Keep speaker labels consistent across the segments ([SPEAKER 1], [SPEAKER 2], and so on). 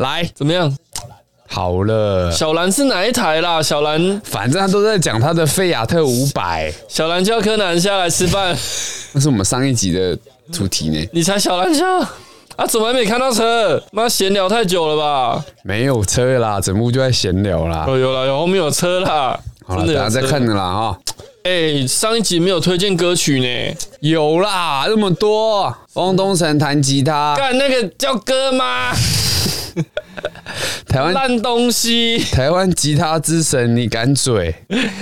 [SPEAKER 1] 来，怎么样？
[SPEAKER 2] 好了，
[SPEAKER 1] 小兰是哪一台啦？小兰，
[SPEAKER 2] 反正他都在讲他的菲亚特五百，
[SPEAKER 1] 小兰叫柯南下来吃 饭，
[SPEAKER 2] 那是我们上一集的主题呢。
[SPEAKER 1] 你才小兰下啊？怎么还没看到车？妈，闲聊太久了吧？
[SPEAKER 2] 没有车啦，整部就在闲聊啦。
[SPEAKER 1] 哦，有了，有后面有车啦，
[SPEAKER 2] 啊好了，等下再
[SPEAKER 1] 车
[SPEAKER 2] 看。的啦哈、
[SPEAKER 1] 哎、上一集没有推荐歌曲呢，
[SPEAKER 2] 有啦，那么多。汪东城弹吉他，
[SPEAKER 1] 干那个叫歌 吗？
[SPEAKER 2] 台湾
[SPEAKER 1] 烂东西。
[SPEAKER 2] 台湾吉他之神，你敢嘴？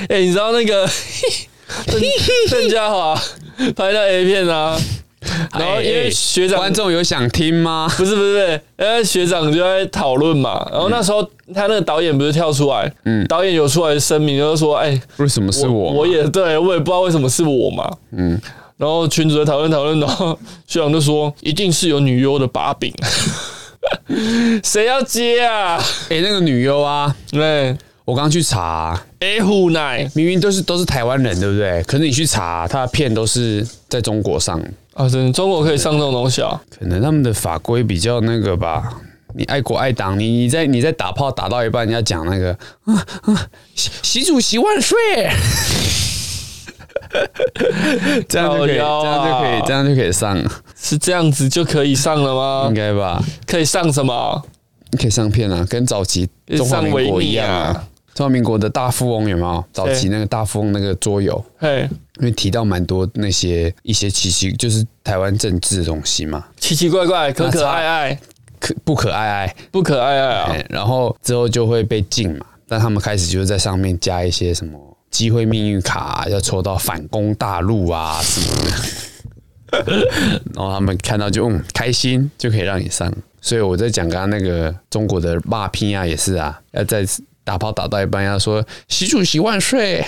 [SPEAKER 1] 哎、你知道那 个邓邓家华拍的 A 片啊？然后因为学长
[SPEAKER 2] 哎观众有想听吗？
[SPEAKER 1] 不是不是不是，呃，学长就在讨论嘛。然后那时候他那个导演不是跳出来，嗯，导演有出来声明，就是说，哎、
[SPEAKER 2] 为什么是我？
[SPEAKER 1] 我也对我也不知道为什么是我嘛，嗯。然后群主在讨论讨论，然后学长就说：“一定是有女优的把柄，谁要接啊？”
[SPEAKER 2] 哎、那个女优啊，
[SPEAKER 1] 对，
[SPEAKER 2] 我刚去查、啊
[SPEAKER 1] 哎虎奶
[SPEAKER 2] 明明都是都是台湾人，对不对？可是你去查，啊他的片都是在中国上，
[SPEAKER 1] 啊，真的中国可以上这种东西啊？
[SPEAKER 2] 可能他们的法规比较那个吧。你爱国爱党，你你在你在打炮打到一半，人家讲那个啊啊，习习主席万岁， 这样
[SPEAKER 1] 靠
[SPEAKER 2] 就可以，这
[SPEAKER 1] 腰
[SPEAKER 2] 样就可
[SPEAKER 1] 啊
[SPEAKER 2] 以，这样就可以上，
[SPEAKER 1] 是这样子就可以上了
[SPEAKER 2] 应
[SPEAKER 1] 吗？
[SPEAKER 2] 该吧？
[SPEAKER 1] 可以上什么？
[SPEAKER 2] 你可以上片啊，跟早期中华民国一样
[SPEAKER 1] 上维尼
[SPEAKER 2] 啊
[SPEAKER 1] 啊。
[SPEAKER 2] 中华民国的大富翁有没有？早期那个大富翁那个桌游，
[SPEAKER 1] 嘿，
[SPEAKER 2] 因为提到蛮多那些一些奇奇，就是台湾政治的东西嘛，
[SPEAKER 1] 奇奇怪怪，可可爱爱，
[SPEAKER 2] 可不可爱爱？
[SPEAKER 1] 不可爱爱啊？
[SPEAKER 2] 哎，然后之后就会被禁嘛。但他们开始就是在上面加一些什么机会命运卡啊、要抽到反攻大陆啊什么的。 然后他们看到就嗯开心，就可以让你上。所以我在讲刚刚那个中国的骂拼啊，也是啊，要在打炮打到一半要说习主席万岁，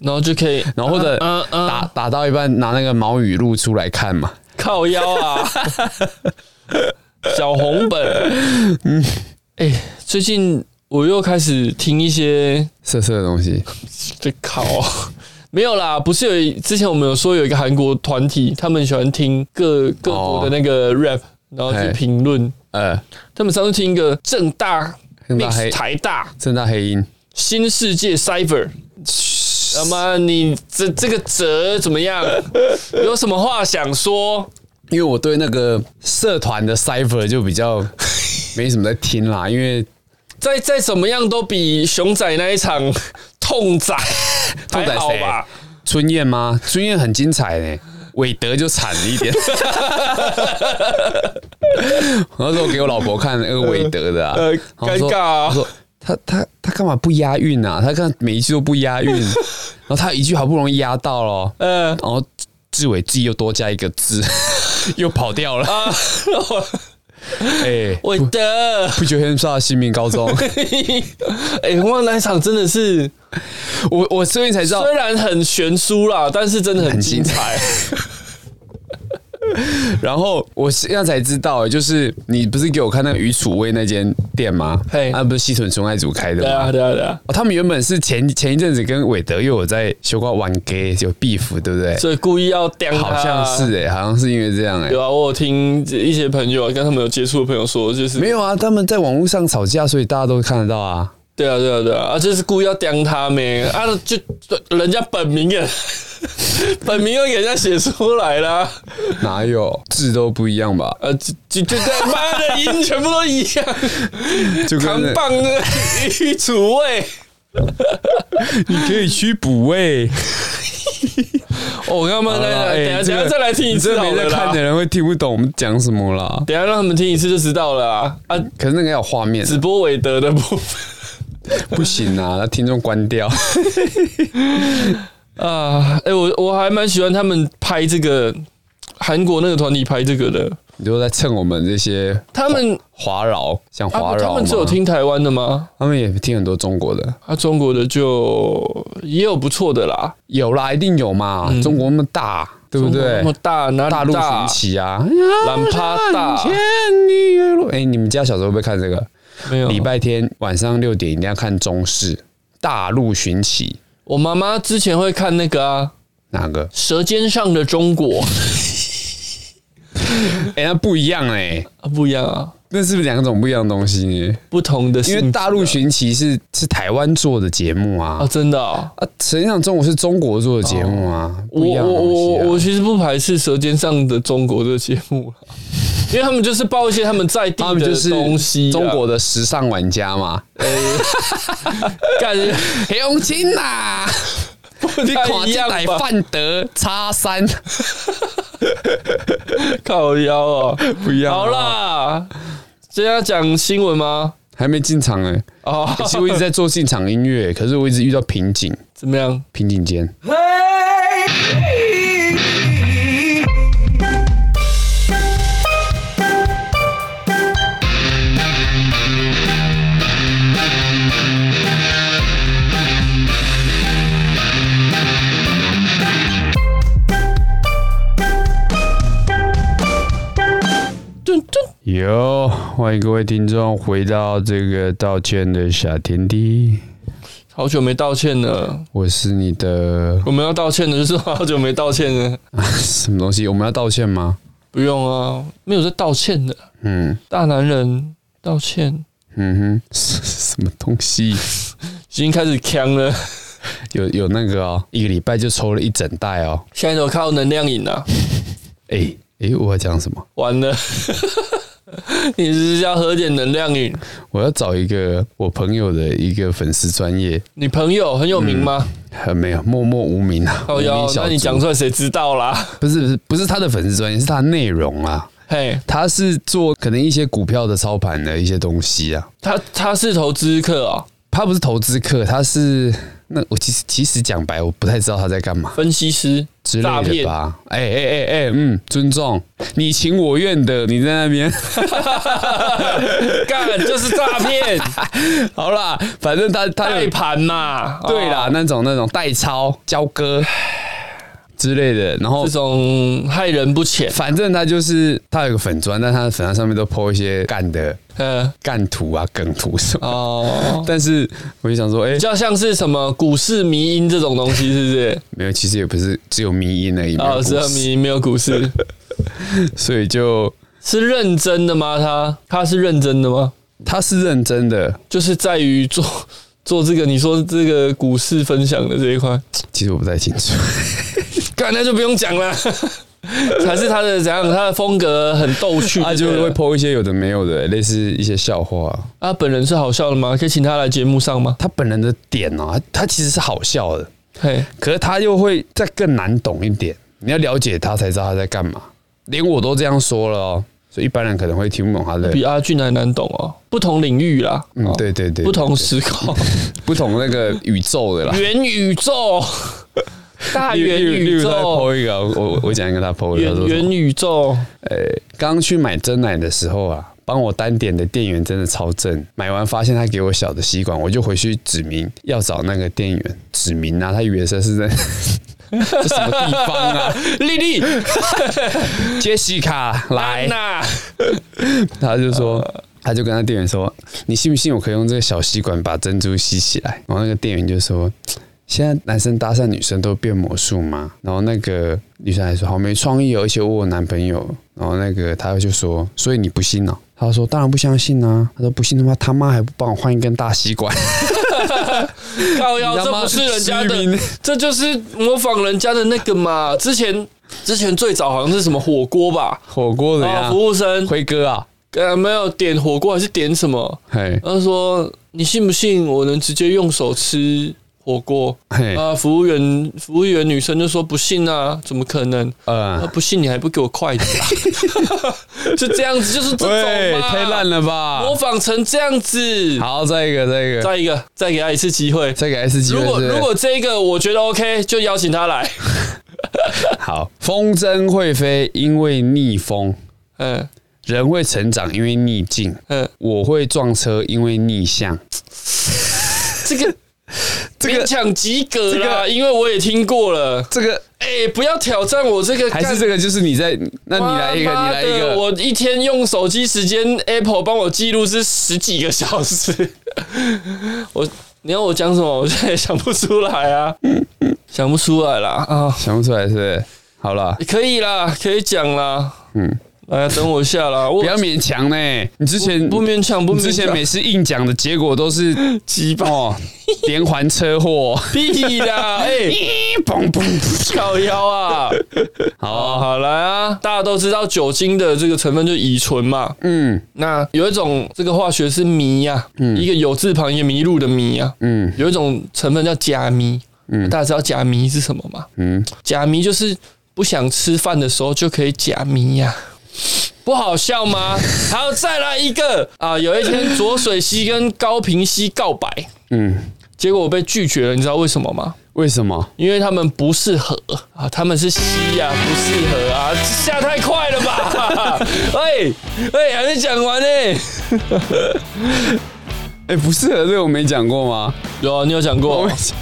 [SPEAKER 1] 然后就可以，
[SPEAKER 2] 然后或者
[SPEAKER 1] 嗯嗯，
[SPEAKER 2] 打打到一半拿那个毛语录出来看嘛。
[SPEAKER 1] 靠腰 啊，小红本。嗯，哎、最近我又开始听一些
[SPEAKER 2] 色色的东西，
[SPEAKER 1] 这靠、没有啦，不是有一之前我们有说有一个韩国团体，他们喜欢听各各国的那个 rap，、然后去
[SPEAKER 2] 哦嘿
[SPEAKER 1] 评论。
[SPEAKER 2] 呃，
[SPEAKER 1] 他们上次听一个正大
[SPEAKER 2] 正大
[SPEAKER 1] mix
[SPEAKER 2] 黑
[SPEAKER 1] 台大
[SPEAKER 2] 正大黑鹰，
[SPEAKER 1] 新世界 cipher，他妈你这这个折怎么样？有什么话想说？
[SPEAKER 2] 因为我对那个社团的 cipher 就比较 没什么在听啦，因为
[SPEAKER 1] 再再怎么样都比熊仔那一场痛宰
[SPEAKER 2] 痛宰
[SPEAKER 1] 还好
[SPEAKER 2] 谁
[SPEAKER 1] 吧？
[SPEAKER 2] 春燕吗？春燕很精彩呢、韦德就惨了一 点。我那时候给我老婆看那个韦德的、啊，
[SPEAKER 1] 呃
[SPEAKER 2] 然后她说
[SPEAKER 1] 尴尬啊
[SPEAKER 2] 她说他他他干嘛不押韵啊？他看每一句都不 押韵，然后他一句好不容易押到了，
[SPEAKER 1] 嗯、
[SPEAKER 2] 然后志伟自己又多加一个 字，又跑掉了。
[SPEAKER 1] 啊，
[SPEAKER 2] 哎、
[SPEAKER 1] 我的，
[SPEAKER 2] 不觉得很煞新民 高中？
[SPEAKER 1] 哎、我那一场真的是
[SPEAKER 2] 我我最近才知道
[SPEAKER 1] 虽，然很悬殊啦，但是真的很精彩。
[SPEAKER 2] 然后我现在才知道，就是你不是给我看那个余楚威那间店吗？啊
[SPEAKER 1] 嘿
[SPEAKER 2] 那、不是西屯纯爱组开的
[SPEAKER 1] 对
[SPEAKER 2] 吗？
[SPEAKER 1] 啊，对啊，对啊，
[SPEAKER 2] 哦、他们原本是前前一阵子跟韦德又有在修过玩 gay 有 beef，对不对？
[SPEAKER 1] 所以故意要刁他，
[SPEAKER 2] 好像是哎、好像是因为这样哎、
[SPEAKER 1] 有啊。我有听一些朋友啊跟他们有接触的朋友说，就是
[SPEAKER 2] 没有啊，他们在网络上吵架，所以大家都看得到啊。
[SPEAKER 1] 对啊，对啊，对啊，啊，就是故意要刁他们啊，就就人家本名也 本名又给人家写出来啦。
[SPEAKER 2] 哪有字都不一样吧？
[SPEAKER 1] 呃，就就就他妈的音全部都一 样，
[SPEAKER 2] 就跟
[SPEAKER 1] 扛
[SPEAKER 2] 那
[SPEAKER 1] 棒的御厨卫。
[SPEAKER 2] 你可以去补位。
[SPEAKER 1] 哦，我刚刚那
[SPEAKER 2] 好啦
[SPEAKER 1] 个，
[SPEAKER 2] 哎
[SPEAKER 1] 等一下
[SPEAKER 2] 这
[SPEAKER 1] 等
[SPEAKER 2] 个
[SPEAKER 1] 一下再来听一
[SPEAKER 2] 你
[SPEAKER 1] 次
[SPEAKER 2] 这
[SPEAKER 1] 好
[SPEAKER 2] 没
[SPEAKER 1] 了
[SPEAKER 2] 在
[SPEAKER 1] 啦
[SPEAKER 2] 看的。人会听不懂我们讲什么啦。
[SPEAKER 1] 等一下让他们听一次就知道了啊！啊，
[SPEAKER 2] 可是那个要有画面，
[SPEAKER 1] 直播韦德的部 分
[SPEAKER 2] 不行啊，那听众关掉。
[SPEAKER 1] 啊，哎、我我还蛮喜欢他们拍这个韩国那个团体拍这个的，
[SPEAKER 2] 你就在蹭我们这些
[SPEAKER 1] 他们
[SPEAKER 2] 华饶，像
[SPEAKER 1] 啊
[SPEAKER 2] 华
[SPEAKER 1] 不
[SPEAKER 2] 饶、
[SPEAKER 1] 他们只有，听台湾的吗？
[SPEAKER 2] 他们也听很多中国的，
[SPEAKER 1] 啊，中国的就也有不错的啦，
[SPEAKER 2] 有啦，一定有嘛，中国那么大，对不
[SPEAKER 1] 中国
[SPEAKER 2] 对
[SPEAKER 1] 那么？大，哪里
[SPEAKER 2] 大陆
[SPEAKER 1] 大
[SPEAKER 2] 雄？起啊！
[SPEAKER 1] 懒趴大
[SPEAKER 2] 天你月落哎、你们家小时候会不会看这个？
[SPEAKER 1] 没有，
[SPEAKER 2] 礼拜天晚上六点一定要看中视《大陆寻奇》，
[SPEAKER 1] 我妈妈之前会看那个啊，
[SPEAKER 2] 哪个？
[SPEAKER 1] 《舌尖上的中国》
[SPEAKER 2] 哎、那不一样哎、
[SPEAKER 1] 啊，不一样啊，
[SPEAKER 2] 那是不是两种不一样的东西呢？
[SPEAKER 1] 不同的
[SPEAKER 2] 因
[SPEAKER 1] 幸福啊，
[SPEAKER 2] 为大陆寻奇是是台湾做的节目啊
[SPEAKER 1] 啊，，真的啊、
[SPEAKER 2] 啊，实际上中国是中国做的节目啊，不
[SPEAKER 1] 我
[SPEAKER 2] 一样的
[SPEAKER 1] 我
[SPEAKER 2] 东
[SPEAKER 1] 哦
[SPEAKER 2] 西
[SPEAKER 1] 我
[SPEAKER 2] 啊
[SPEAKER 1] 我其实不排斥《舌尖上的中国》这个节目啦因为他们就是报一些他们在地
[SPEAKER 2] 他们
[SPEAKER 1] 的
[SPEAKER 2] 就是
[SPEAKER 1] 东西啊、
[SPEAKER 2] 中国的时尚玩家 嘛，
[SPEAKER 1] 干
[SPEAKER 2] 雄青 呐，
[SPEAKER 1] 不
[SPEAKER 2] 你
[SPEAKER 1] 太
[SPEAKER 2] 看
[SPEAKER 1] 一
[SPEAKER 2] 这
[SPEAKER 1] 样
[SPEAKER 2] 台
[SPEAKER 1] 吧？
[SPEAKER 2] 范德叉三，
[SPEAKER 1] 靠腰啊！
[SPEAKER 2] 不一
[SPEAKER 1] 好，啦，今天要讲新闻吗？
[SPEAKER 2] 还没进场 哎，
[SPEAKER 1] 哦，
[SPEAKER 2] 其实我一直在做进场音乐，可是我一直遇到瓶颈，
[SPEAKER 1] 怎么样？
[SPEAKER 2] 瓶颈间。
[SPEAKER 1] 顿顿
[SPEAKER 2] 有，欢迎各位听众回到这个道歉的小天地，
[SPEAKER 1] 好久没道歉了，
[SPEAKER 2] 我是你的
[SPEAKER 1] 我们要道歉的就是好久没道歉了。
[SPEAKER 2] 什么东西？我们要道歉吗？
[SPEAKER 1] 不用啊，没有在道歉的，
[SPEAKER 2] 嗯
[SPEAKER 1] 大男人道歉
[SPEAKER 2] 嗯哼， 什么东西？
[SPEAKER 1] 已经开始呛了，
[SPEAKER 2] 有有那个哦，一个礼拜就抽了一整袋哦。
[SPEAKER 1] 现在都靠能量饮啊，
[SPEAKER 2] 哎、哎、我要讲什么？
[SPEAKER 1] 完了， 你是不是要喝点能量饮？
[SPEAKER 2] 我要找一个我朋友的一个粉丝专业，
[SPEAKER 1] 你朋友很有名吗？
[SPEAKER 2] 呃，没有默默无名啊，
[SPEAKER 1] 靠
[SPEAKER 2] 无
[SPEAKER 1] 腰
[SPEAKER 2] 名，小
[SPEAKER 1] 哦那你
[SPEAKER 2] 卒
[SPEAKER 1] 讲出来谁知道啦？
[SPEAKER 2] 不是不是不是他的粉丝专业，是他的内容啊。
[SPEAKER 1] 嘿，
[SPEAKER 2] 他是做可能一些股票的操盘的一些东西啊。
[SPEAKER 1] 他他是投资客啊、
[SPEAKER 2] 他不是投资客，他是那我其实其实讲白，我不太知道他在干嘛
[SPEAKER 1] 分析师
[SPEAKER 2] 之类
[SPEAKER 1] 诈
[SPEAKER 2] 的
[SPEAKER 1] 骗
[SPEAKER 2] 吧。哎哎哎哎，嗯，尊重，你情我愿的，你在那边。
[SPEAKER 1] 干就是诈 骗
[SPEAKER 2] 好啦，反正他他
[SPEAKER 1] 代
[SPEAKER 2] 有
[SPEAKER 1] 盘嘛，
[SPEAKER 2] 对啦，
[SPEAKER 1] 哦
[SPEAKER 2] 那种那种代抄、交割之类的，然后
[SPEAKER 1] 哦这种害人不浅，
[SPEAKER 2] 反正他就是他有个粉砖，但他的粉砖上面都 po 一些干的
[SPEAKER 1] 嗯、
[SPEAKER 2] 干图啊、梗图什么。
[SPEAKER 1] 哦，
[SPEAKER 2] 但是我就想说，哎、
[SPEAKER 1] 比较像是什么股市迷因这种东西，是不是？
[SPEAKER 2] 没有，其实也不是只有迷因而已，没有
[SPEAKER 1] 啊，
[SPEAKER 2] 故
[SPEAKER 1] 只有
[SPEAKER 2] 事
[SPEAKER 1] 迷因没有股市，
[SPEAKER 2] 所以就是
[SPEAKER 1] 认真的吗？他他是认真的吗？
[SPEAKER 2] 他是认真的。
[SPEAKER 1] 就是在于做 做这个，你说这个股市分享的这一块，
[SPEAKER 2] 其实我不太清 楚，
[SPEAKER 1] 干那就不用讲了。 还是他的怎样？他的风格很逗趣对了，啊
[SPEAKER 2] 他啊就会 po 一些有的没有的，类似一些笑话。啊
[SPEAKER 1] 他本人是好笑的吗？可以请他来节目上吗？
[SPEAKER 2] 他本人的点哦、他他其实是好笑的，
[SPEAKER 1] 嘿，
[SPEAKER 2] 可是他又会再更难懂一点，你要了解他才知道他在干嘛。连我都这样说了哦、所以一般人可能会听不懂他的。
[SPEAKER 1] 比阿俊还难懂哦，不同领域啦，哦
[SPEAKER 2] 嗯，对对对，
[SPEAKER 1] 不同时空，
[SPEAKER 2] 不同那个宇宙 的啦。
[SPEAKER 1] 元宇 宙，大元
[SPEAKER 2] 例如
[SPEAKER 1] 宇
[SPEAKER 2] 例如他
[SPEAKER 1] 宙，
[SPEAKER 2] PO 一个啊，我我我讲一个他 PO 的，他
[SPEAKER 1] 元
[SPEAKER 2] 说什么
[SPEAKER 1] 元宇 宙，
[SPEAKER 2] 哎刚去买真奶的时候啊，帮我单点的店员真的超正。买完发现他给我小的吸管，我就回去指明要找那个店员，指明啊，他以为这是在 这什么地方啊？
[SPEAKER 1] 丽丽，
[SPEAKER 2] 杰西卡来
[SPEAKER 1] 安，娜，
[SPEAKER 2] 他就说。
[SPEAKER 1] 呃
[SPEAKER 2] 他就跟他店员说：“你信不信我可以用这个小吸管把珍珠吸起来？”然后那个店员就说：“现在男生搭讪女生都变魔术吗？”然后那个女生还说：“好没创意哦，而且我有男朋友。”然后那个他就说：“所以你不信哦？”他说：“当然不相信啊！”他说：“不信的话，他妈还不帮我换一根大吸管？
[SPEAKER 1] 靠腰，
[SPEAKER 2] 你他
[SPEAKER 1] 这
[SPEAKER 2] 妈
[SPEAKER 1] 不是人家
[SPEAKER 2] 虚名
[SPEAKER 1] 的，这就是模仿人家的那个嘛。之前之前最早好像是什么火锅吧，
[SPEAKER 2] 火锅的
[SPEAKER 1] 啊，
[SPEAKER 2] 呀，
[SPEAKER 1] 服务生
[SPEAKER 2] 辉哥啊，
[SPEAKER 1] 呃没有点火锅还是点什么，
[SPEAKER 2] 嘿
[SPEAKER 1] 他说你信不信我能直接用手吃火锅？
[SPEAKER 2] 嘿
[SPEAKER 1] 啊，服务员服务员女生就说不信啊，怎么可能？啊，
[SPEAKER 2] 呃，
[SPEAKER 1] 不信你还不给我筷子、啊？ 就这样子，就是这
[SPEAKER 2] 喂
[SPEAKER 1] 种，嘛
[SPEAKER 2] 太烂了吧！
[SPEAKER 1] 模仿成这样子。
[SPEAKER 2] 好，再一个，再一个，
[SPEAKER 1] 再一个，再给他一次机会。
[SPEAKER 2] 再给 S 级。
[SPEAKER 1] 如果如果这个我觉得 OK，就邀请他来。
[SPEAKER 2] 好，风筝会飞，因为逆风；
[SPEAKER 1] 嗯
[SPEAKER 2] 人会成长，因为逆境。
[SPEAKER 1] 嗯，
[SPEAKER 2] 我会撞车，因为逆向。
[SPEAKER 1] 这个
[SPEAKER 2] 这
[SPEAKER 1] 勉
[SPEAKER 2] 个
[SPEAKER 1] 强及格啦，因为我也听过了。
[SPEAKER 2] 这个
[SPEAKER 1] 哎、不要挑战我这个，
[SPEAKER 2] 还是
[SPEAKER 1] 干
[SPEAKER 2] 这个，就是你在，那你来一个，
[SPEAKER 1] 妈
[SPEAKER 2] 你
[SPEAKER 1] 妈
[SPEAKER 2] 来
[SPEAKER 1] 的
[SPEAKER 2] 一个。
[SPEAKER 1] 我一天用手机时间，Apple 帮我记录是十几个小时。 我你要我讲什么，我现在也想不出来啊，想不出来啦啊，
[SPEAKER 2] 想不出来是不是？好了，
[SPEAKER 1] 可以啦，可以讲啦，嗯，来等我一下啦，我
[SPEAKER 2] 不要勉强呢、你之前
[SPEAKER 1] 不勉强，不
[SPEAKER 2] 你
[SPEAKER 1] 勉
[SPEAKER 2] 之前
[SPEAKER 1] 强
[SPEAKER 2] 每次硬讲的结果都是
[SPEAKER 1] 鸡巴
[SPEAKER 2] 哦，连环车祸， 嗯
[SPEAKER 1] 屁啦，哎、
[SPEAKER 2] 咦嘣嘣，
[SPEAKER 1] 靠腰 啊！好好来啊！大家都知道酒精的这个成分就是乙醇嘛，
[SPEAKER 2] 嗯
[SPEAKER 1] 那有一种这个化学是醚呀、一个有字旁一个迷路的醚呀、
[SPEAKER 2] 嗯
[SPEAKER 1] 有一种成分叫甲醚，
[SPEAKER 2] 嗯
[SPEAKER 1] 大家知道甲醚是什么吗？
[SPEAKER 2] 嗯，
[SPEAKER 1] 假迷就是不想吃饭的时候就可以假迷呀、不好笑 吗？还有再来一个啊！有一天左水溪跟高平溪告白，
[SPEAKER 2] 嗯，
[SPEAKER 1] 结果我被拒绝了，你知道为什么吗？
[SPEAKER 2] 为什么？
[SPEAKER 1] 因为他们不适合啊，他们是溪呀、不适合啊，下太快了吧？ 哎哎，还没讲完呢、
[SPEAKER 2] 哎、不适合这个我没讲过吗？
[SPEAKER 1] 有啊，你有讲
[SPEAKER 2] 我
[SPEAKER 1] 过
[SPEAKER 2] 没，讲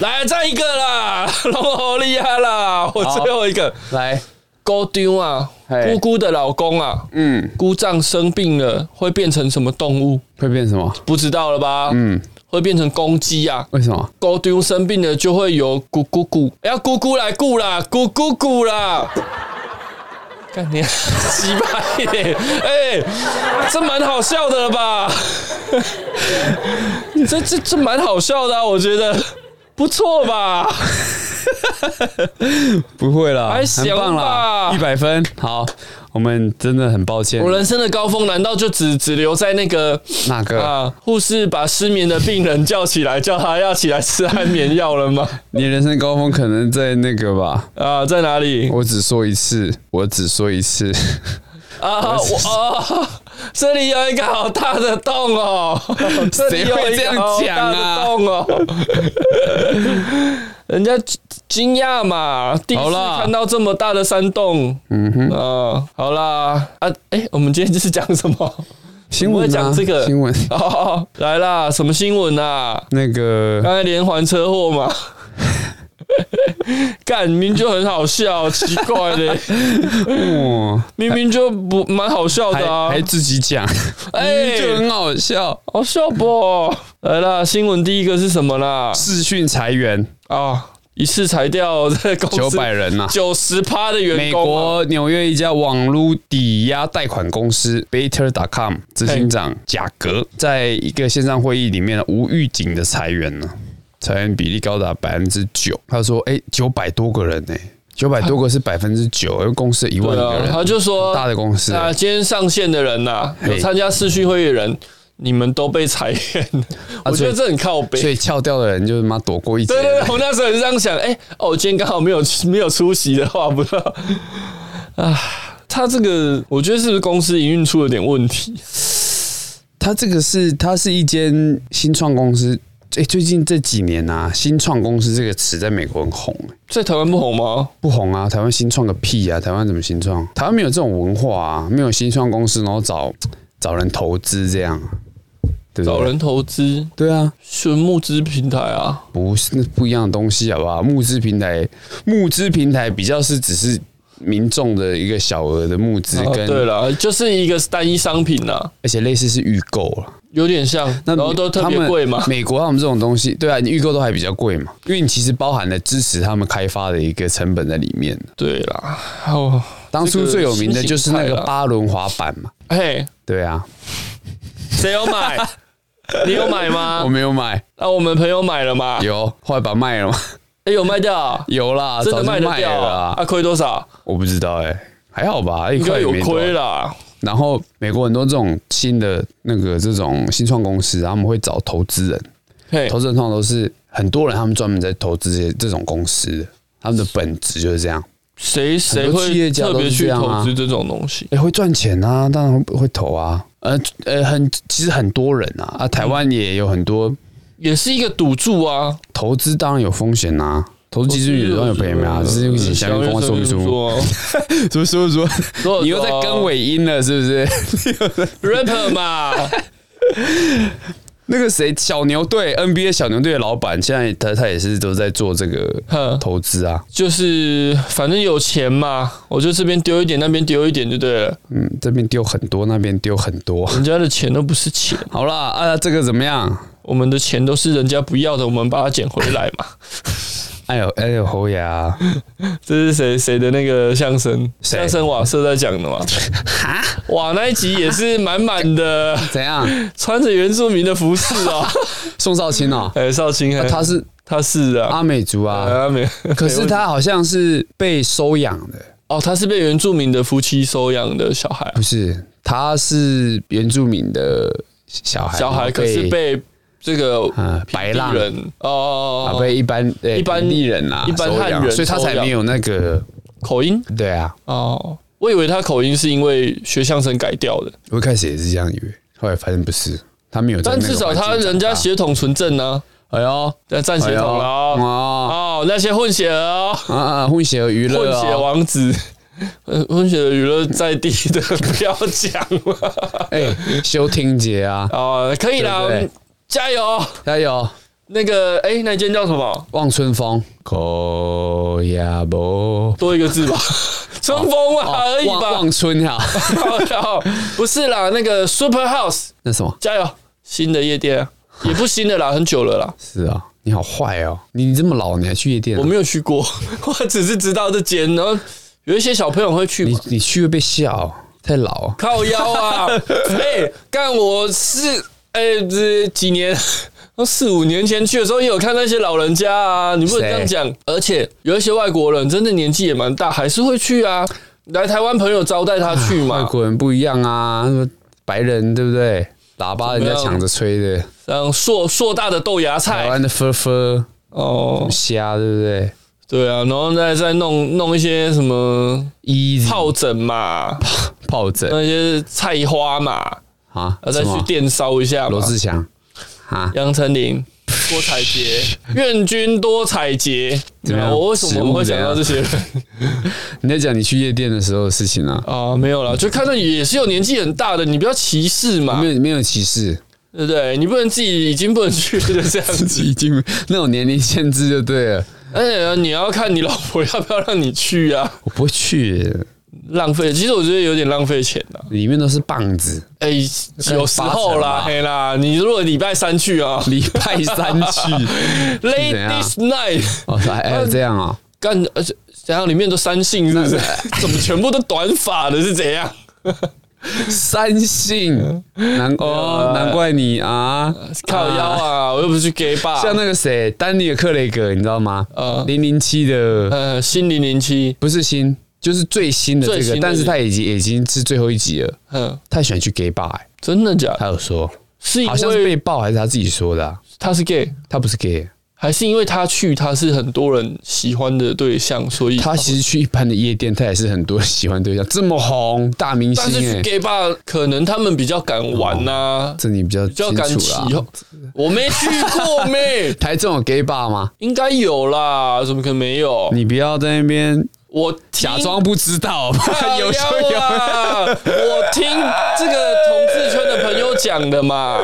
[SPEAKER 1] 来再一个啦， 龙好厉害啦，我最后一个
[SPEAKER 2] 来，
[SPEAKER 1] 高丢啊，
[SPEAKER 2] 嘿
[SPEAKER 1] 姑姑的老公啊，
[SPEAKER 2] 嗯，
[SPEAKER 1] 姑丈生病了会变成什么动物？
[SPEAKER 2] 会变什么？
[SPEAKER 1] 不知道了吧？
[SPEAKER 2] 嗯，
[SPEAKER 1] 会变成公鸡啊。
[SPEAKER 2] 为什么？
[SPEAKER 1] 狗丢生病了就会有咕咕咕，哎要咕咕来咕啦，咕咕咕啦。干你啊鸡巴耶！哎、这蛮好笑的了吧？ 这这这蛮好笑的、啊，我觉得不错吧？
[SPEAKER 2] 不会啦，
[SPEAKER 1] 还行
[SPEAKER 2] 很棒啦，
[SPEAKER 1] 吧
[SPEAKER 2] 一百分。好，我们真的很抱歉
[SPEAKER 1] 我，人生的高峰难道就只只留在那个
[SPEAKER 2] 那个
[SPEAKER 1] 啊，护士把失眠的病人叫起来，叫他要起来吃安眠药了吗？
[SPEAKER 2] 你人生高峰可能在那个吧？
[SPEAKER 1] 啊，在哪里？
[SPEAKER 2] 我只说一次，我只说一 次，
[SPEAKER 1] 啊，我啊，这里有一个好大的洞哦，这里有一个好大的洞哦。人家惊惊讶嘛，第一
[SPEAKER 2] 好
[SPEAKER 1] 次
[SPEAKER 2] 啦
[SPEAKER 1] 看到这么大的山洞，嗯哼，啊，好啦，啊，哎、我们今天就是讲什么？
[SPEAKER 2] 新闻、
[SPEAKER 1] 我
[SPEAKER 2] 啊、
[SPEAKER 1] 讲这个
[SPEAKER 2] 新闻，
[SPEAKER 1] 哦，来啦，什么新闻啊？
[SPEAKER 2] 那个
[SPEAKER 1] 刚才连环车祸嘛，干明明就很好笑，奇怪嘞，
[SPEAKER 2] 哦，
[SPEAKER 1] 明明就不蛮好笑
[SPEAKER 2] 还
[SPEAKER 1] 的啊
[SPEAKER 2] 还，自己讲，
[SPEAKER 1] 哎
[SPEAKER 2] 就很好笑。
[SPEAKER 1] 好笑不？ 来啦，新闻第一个是什么啦？
[SPEAKER 2] 视讯裁员
[SPEAKER 1] 啊，一次裁掉这个公
[SPEAKER 2] 九
[SPEAKER 1] 司
[SPEAKER 2] 百人啊呐、
[SPEAKER 1] 九十趴的员
[SPEAKER 2] 美
[SPEAKER 1] 工啊、
[SPEAKER 2] 国纽约一家网络抵押贷款公司 Better.com 执行长贾格在一个线上会议里面呢无预警的裁员呢，裁员比例高达百分之九。他说：“哎、九百多个人呢、九百多个是百分之九，因为公司一万
[SPEAKER 1] 对
[SPEAKER 2] 个
[SPEAKER 1] 啊，
[SPEAKER 2] 人，
[SPEAKER 1] 他就说
[SPEAKER 2] 大的公司
[SPEAKER 1] 啊，今天上线的人呐、
[SPEAKER 2] 嘿
[SPEAKER 1] 有参加视讯会议的人，你们都被裁员，我觉得这很靠北。
[SPEAKER 2] 啊所以翘掉的人就是妈躲过一劫
[SPEAKER 1] 对。对对，我那时候也是这样想，哎、哦，我今天刚好没有没有出席的话，不知道啊。他这个，我觉得是不是公司营运出了点问题？
[SPEAKER 2] 他这个是，他是一间新创公司。哎、最近这几年啊，新创公司这个词在美国很红、欸
[SPEAKER 1] 在台湾不红吗？
[SPEAKER 2] 不红啊，台湾新创个屁啊！台湾怎么新创？台湾没有这种文化啊，没有新创公司，然后找找人投资这样，啊对不对？
[SPEAKER 1] 找人投资，
[SPEAKER 2] 对啊，
[SPEAKER 1] 是募资平台啊。
[SPEAKER 2] 不是那不一样的东西，好不好？募资平台，募资平台比较是只是民众的一个小额的募资
[SPEAKER 1] 啊
[SPEAKER 2] 跟，
[SPEAKER 1] 对了，就是一个单一商品呐、啊，
[SPEAKER 2] 而且类似是预购了。
[SPEAKER 1] 有点像，
[SPEAKER 2] 那
[SPEAKER 1] 然后都特
[SPEAKER 2] 他
[SPEAKER 1] 别
[SPEAKER 2] 们
[SPEAKER 1] 贵嘛。
[SPEAKER 2] 美国他们这种东西，对啊，你预购都还比较贵嘛，因为你其实包含了支持他们开发的一个成本在里面。
[SPEAKER 1] 对啦，哦，
[SPEAKER 2] 当初最有名的就是那
[SPEAKER 1] 这个新形态
[SPEAKER 2] 个
[SPEAKER 1] 啦啊
[SPEAKER 2] 八轮滑板嘛，
[SPEAKER 1] 嘿，
[SPEAKER 2] 对啊，
[SPEAKER 1] 谁有买？你有买吗
[SPEAKER 2] 我？没有买。
[SPEAKER 1] 那、我们朋友买了吗？
[SPEAKER 2] 有，后来把它卖了吗？
[SPEAKER 1] 哎、有卖掉啊、
[SPEAKER 2] 有啦，
[SPEAKER 1] 真的
[SPEAKER 2] 早就
[SPEAKER 1] 卖得
[SPEAKER 2] 卖
[SPEAKER 1] 掉
[SPEAKER 2] 了
[SPEAKER 1] 啊？
[SPEAKER 2] 啦。
[SPEAKER 1] 啊，亏多少？
[SPEAKER 2] 我不知道哎、还好吧，一
[SPEAKER 1] 应
[SPEAKER 2] 块
[SPEAKER 1] 该
[SPEAKER 2] 也
[SPEAKER 1] 有
[SPEAKER 2] 没多
[SPEAKER 1] 亏
[SPEAKER 2] 少。
[SPEAKER 1] 啦。
[SPEAKER 2] 然后美国很多这种新的那个这种新创公司，然后啊他们会找投资人，
[SPEAKER 1] 嘿，
[SPEAKER 2] 投资人通常都是很多人，他们专门在投资这些这种公司的，他们的本质就是这样。
[SPEAKER 1] 谁谁
[SPEAKER 2] 很多企
[SPEAKER 1] 会
[SPEAKER 2] 业家
[SPEAKER 1] 特
[SPEAKER 2] 都
[SPEAKER 1] 别
[SPEAKER 2] 是
[SPEAKER 1] 去
[SPEAKER 2] 这样
[SPEAKER 1] 投
[SPEAKER 2] 啊
[SPEAKER 1] 资这种东西？
[SPEAKER 2] 哎、会赚钱啊，当然会会投啊。呃呃，很其实很多人啊，啊，台湾也有很多
[SPEAKER 1] 也是一个赌注 啊，
[SPEAKER 2] 投资，当然有风险啊。投资基金有当然有赔没啊，这是
[SPEAKER 1] 呃
[SPEAKER 2] 想跟我
[SPEAKER 1] 小
[SPEAKER 2] 说
[SPEAKER 1] 月
[SPEAKER 2] 不
[SPEAKER 1] 生
[SPEAKER 2] 说，
[SPEAKER 1] 说
[SPEAKER 2] 说说说，
[SPEAKER 1] 说
[SPEAKER 2] 你又在
[SPEAKER 1] 啊
[SPEAKER 2] 跟尾音了，是不是？
[SPEAKER 1] rapper 嘛？
[SPEAKER 2] 那个谁，小牛队 NBA 小牛队的老板，现在他他也是都在做这个
[SPEAKER 1] 哼
[SPEAKER 2] 投资啊。
[SPEAKER 1] 就是反正有钱嘛，我就这边丢一点，那边丢一点就对了。
[SPEAKER 2] 嗯，这边丢很多，那边丢很多。
[SPEAKER 1] 人家的钱都不是钱，
[SPEAKER 2] 好啦，啊，这个怎么样？
[SPEAKER 1] 我们的钱都是人家不要的，我们把它捡回来嘛。
[SPEAKER 2] 哎呦哎呦侯牙，
[SPEAKER 1] 这是谁谁的那个相声？
[SPEAKER 2] 谁
[SPEAKER 1] 相声瓦舍在讲的嘛？
[SPEAKER 2] 哈，
[SPEAKER 1] 哇，那一集也是满满的，
[SPEAKER 2] 怎样？
[SPEAKER 1] 穿着原住民的服饰哦。
[SPEAKER 2] 宋少 卿哦，
[SPEAKER 1] 哎，少卿，哎
[SPEAKER 2] 他是
[SPEAKER 1] 他是啊，
[SPEAKER 2] 阿美族 啊，
[SPEAKER 1] 啊没有，
[SPEAKER 2] 可是他好像是被收养的，
[SPEAKER 1] 哦，他是被原住民的夫妻收养的小孩，
[SPEAKER 2] 不是？他是原住民的小孩，
[SPEAKER 1] 小孩可是被这个
[SPEAKER 2] 嗯白
[SPEAKER 1] 地
[SPEAKER 2] 浪
[SPEAKER 1] 人哦哦，
[SPEAKER 2] 啊，
[SPEAKER 1] 哦哦
[SPEAKER 2] 被一般呃
[SPEAKER 1] 一般
[SPEAKER 2] 本地人啊，
[SPEAKER 1] 一般
[SPEAKER 2] 收养
[SPEAKER 1] 汉人
[SPEAKER 2] 所以他
[SPEAKER 1] 收
[SPEAKER 2] 才
[SPEAKER 1] 养
[SPEAKER 2] 没有那个
[SPEAKER 1] 口音
[SPEAKER 2] 对啊。
[SPEAKER 1] 哦，我以为他口音是因为学相声改掉的，
[SPEAKER 2] 我一开始也是这样以为，后来发现不是，他没有在
[SPEAKER 1] 但
[SPEAKER 2] 那个
[SPEAKER 1] 至
[SPEAKER 2] 环境长
[SPEAKER 1] 少
[SPEAKER 2] 大。
[SPEAKER 1] 他人家血统纯正呢，
[SPEAKER 2] 哎呦，
[SPEAKER 1] 但站
[SPEAKER 2] 哎
[SPEAKER 1] 血
[SPEAKER 2] 呦，
[SPEAKER 1] 统了哦
[SPEAKER 2] 啊
[SPEAKER 1] 哦，那些混血儿哦，
[SPEAKER 2] 啊啊！混血儿娱乐
[SPEAKER 1] 混血
[SPEAKER 2] 哦，
[SPEAKER 1] 王子。呃混血的娱乐在地的不要讲了
[SPEAKER 2] 哎，休听节啊，
[SPEAKER 1] 哦，可以啦
[SPEAKER 2] 对不对，
[SPEAKER 1] 加油！
[SPEAKER 2] 加油！
[SPEAKER 1] 那个，哎，那间叫什么？
[SPEAKER 2] 望春风，可呀不？
[SPEAKER 1] 多一个字吧， 春风啊而已
[SPEAKER 2] 哦望
[SPEAKER 1] 吧。
[SPEAKER 2] 望春啊哈，
[SPEAKER 1] 靠不是啦，那个 Super House，
[SPEAKER 2] 那什么
[SPEAKER 1] 加油，新的夜店啊，也不新的啦，很久了啦，
[SPEAKER 2] 是啊？你好坏哦，你你这么老，你还去夜店啊
[SPEAKER 1] 我？没有去过， 我只是知道这间，然后有一些小朋友会去
[SPEAKER 2] 你
[SPEAKER 1] 嘛。
[SPEAKER 2] 你去会被笑，太老。
[SPEAKER 1] 靠腰啊， 哎、干我是哎、这几年。 四五年前去的时候，也有看那些老人家啊，你不能
[SPEAKER 2] 谁
[SPEAKER 1] 这样讲。而且有一些外国人真的年纪也蛮大，还是会去啊。来台湾朋友招待他去
[SPEAKER 2] 外
[SPEAKER 1] 嘛，
[SPEAKER 2] 国人不一样啊，那个白人对不对？喇叭人家抢着吹的，
[SPEAKER 1] 像硕硕大的豆芽
[SPEAKER 2] 台
[SPEAKER 1] 菜
[SPEAKER 2] 湾的分分
[SPEAKER 1] 哦，
[SPEAKER 2] 虾对不对？
[SPEAKER 1] 对啊，然后再再弄弄一些什么
[SPEAKER 2] 一
[SPEAKER 1] 疱疹嘛，
[SPEAKER 2] 疱嗯疹
[SPEAKER 1] 那些菜花嘛，
[SPEAKER 2] 啊，
[SPEAKER 1] 啊，
[SPEAKER 2] 什
[SPEAKER 1] 呃再去
[SPEAKER 2] 么？
[SPEAKER 1] 电烧一下嘛
[SPEAKER 2] 罗。志祥啊，
[SPEAKER 1] 杨丞琳、郭采 洁，愿君多采撷。
[SPEAKER 2] 怎么样
[SPEAKER 1] 没有我为什么我们会想到这些 人
[SPEAKER 2] 你在讲你去夜店的时候的事情啊？
[SPEAKER 1] 啊？没有啦，就看到也是有年纪很大的，你不要歧视嘛
[SPEAKER 2] 没，有没有歧视，
[SPEAKER 1] 对不对？你不能自己已经不能去就这样 子，
[SPEAKER 2] 已经那种年龄限制就对了，
[SPEAKER 1] 而且你要看你老婆要不要让你去啊，
[SPEAKER 2] 我不会去，
[SPEAKER 1] 浪费。其实我觉得有点浪费钱啊。
[SPEAKER 2] 里面都是棒子，
[SPEAKER 1] 哎、有时候啦，
[SPEAKER 2] 八成吧
[SPEAKER 1] 嘿啦，你如果礼拜三去啊，
[SPEAKER 2] 礼拜三 去
[SPEAKER 1] Ladies 嗯 Night，
[SPEAKER 2] 哦，还还有这样啊？
[SPEAKER 1] 干，而且怎样？里面都三姓是不 是？怎么全部都短发的？是怎样？
[SPEAKER 2] 三性，难哦，难怪你啊，
[SPEAKER 1] 靠腰啊！我又不是去 gay 吧。
[SPEAKER 2] 像那个谁，丹尼尔·克雷格，你知道吗？
[SPEAKER 1] 嗯
[SPEAKER 2] 零零七的
[SPEAKER 1] 呃，新零零七，
[SPEAKER 2] 不是新，就是最新的
[SPEAKER 1] 最
[SPEAKER 2] 这
[SPEAKER 1] 新
[SPEAKER 2] 个，
[SPEAKER 1] 的
[SPEAKER 2] 但是他已经已经是最后一集了。
[SPEAKER 1] 嗯，
[SPEAKER 2] 他喜欢去 gay bar，、欸、
[SPEAKER 1] 真的假的？
[SPEAKER 2] 他有说，
[SPEAKER 1] 是因
[SPEAKER 2] 好像是
[SPEAKER 1] 为
[SPEAKER 2] 被爆还是他自己说的、啊，
[SPEAKER 1] 他是 gay，
[SPEAKER 2] 他不是 gay，
[SPEAKER 1] 还是因为他去他是很多人喜欢的对象，所以
[SPEAKER 2] 他其实去一般的夜店，他也是很多人喜欢对象，这么红大明
[SPEAKER 1] 但是
[SPEAKER 2] 星
[SPEAKER 1] 去
[SPEAKER 2] 哎、欸，
[SPEAKER 1] gay 吧，可能他们比较敢玩呐，
[SPEAKER 2] 这你比较
[SPEAKER 1] 比较
[SPEAKER 2] 清
[SPEAKER 1] 敢哦起
[SPEAKER 2] 楚啦
[SPEAKER 1] 哄。。我没去过妹，
[SPEAKER 2] 台中有 gay bar 吗？
[SPEAKER 1] 应该有啦，怎么可能没有？
[SPEAKER 2] 你不要在那边
[SPEAKER 1] 我听
[SPEAKER 2] 假装不知道，不然 有时候
[SPEAKER 1] 靠腰
[SPEAKER 2] 有。
[SPEAKER 1] 哎啊！我听这个同志圈的朋友讲的嘛，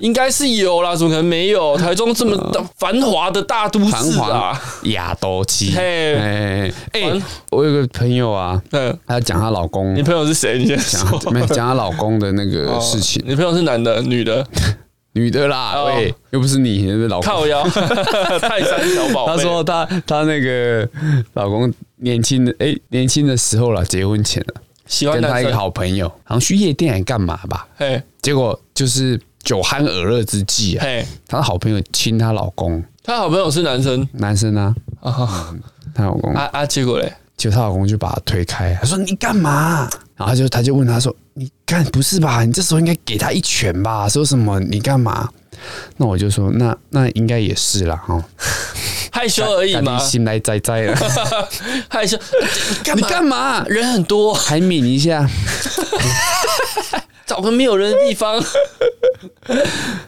[SPEAKER 1] 应该是有啦，怎么可能没有？台中这么大繁华的大都
[SPEAKER 2] 嗯繁
[SPEAKER 1] 市
[SPEAKER 2] 华
[SPEAKER 1] 啊，
[SPEAKER 2] 亚多基，
[SPEAKER 1] 嘿
[SPEAKER 2] 哎哎
[SPEAKER 1] 繁，
[SPEAKER 2] 我有个朋友啊，
[SPEAKER 1] 嗯，
[SPEAKER 2] 她讲她老公
[SPEAKER 1] 你，朋友是谁？你先说。
[SPEAKER 2] 讲没有讲她老公的那个事情，
[SPEAKER 1] 你朋友是男的、女的？
[SPEAKER 2] 女的啦，
[SPEAKER 1] 哦
[SPEAKER 2] 喂，又不是你，是老公。
[SPEAKER 1] 靠 腰，泰山小宝贝。
[SPEAKER 2] 她说她她那个老公年轻的，哎，年轻的时候啦，结婚前了，
[SPEAKER 1] 喜欢
[SPEAKER 2] 跟她
[SPEAKER 1] 男
[SPEAKER 2] 一个
[SPEAKER 1] 生，
[SPEAKER 2] 好朋友，好像去夜店还干嘛吧，
[SPEAKER 1] 嘿，
[SPEAKER 2] 结果就是酒酣耳热之际啊，
[SPEAKER 1] 嘿，
[SPEAKER 2] 她的好朋友亲她老公，
[SPEAKER 1] 他好朋友是男生
[SPEAKER 2] 男生啊，
[SPEAKER 1] 啊
[SPEAKER 2] 她老公
[SPEAKER 1] 啊啊！结果嘞，
[SPEAKER 2] 就她老公就把她推开，啊她说你干嘛？然后她就她就问她说你干不是吧？你这时候应该给她一拳吧？说什么你干嘛？那我就说那那应该也是啦哈，
[SPEAKER 1] 害羞而已
[SPEAKER 2] 干
[SPEAKER 1] 嘛
[SPEAKER 2] 你，心来栽栽了，
[SPEAKER 1] 害羞，
[SPEAKER 2] 你干嘛？
[SPEAKER 1] 人很多，
[SPEAKER 2] 还抿一下，
[SPEAKER 1] 找个没有人的地方。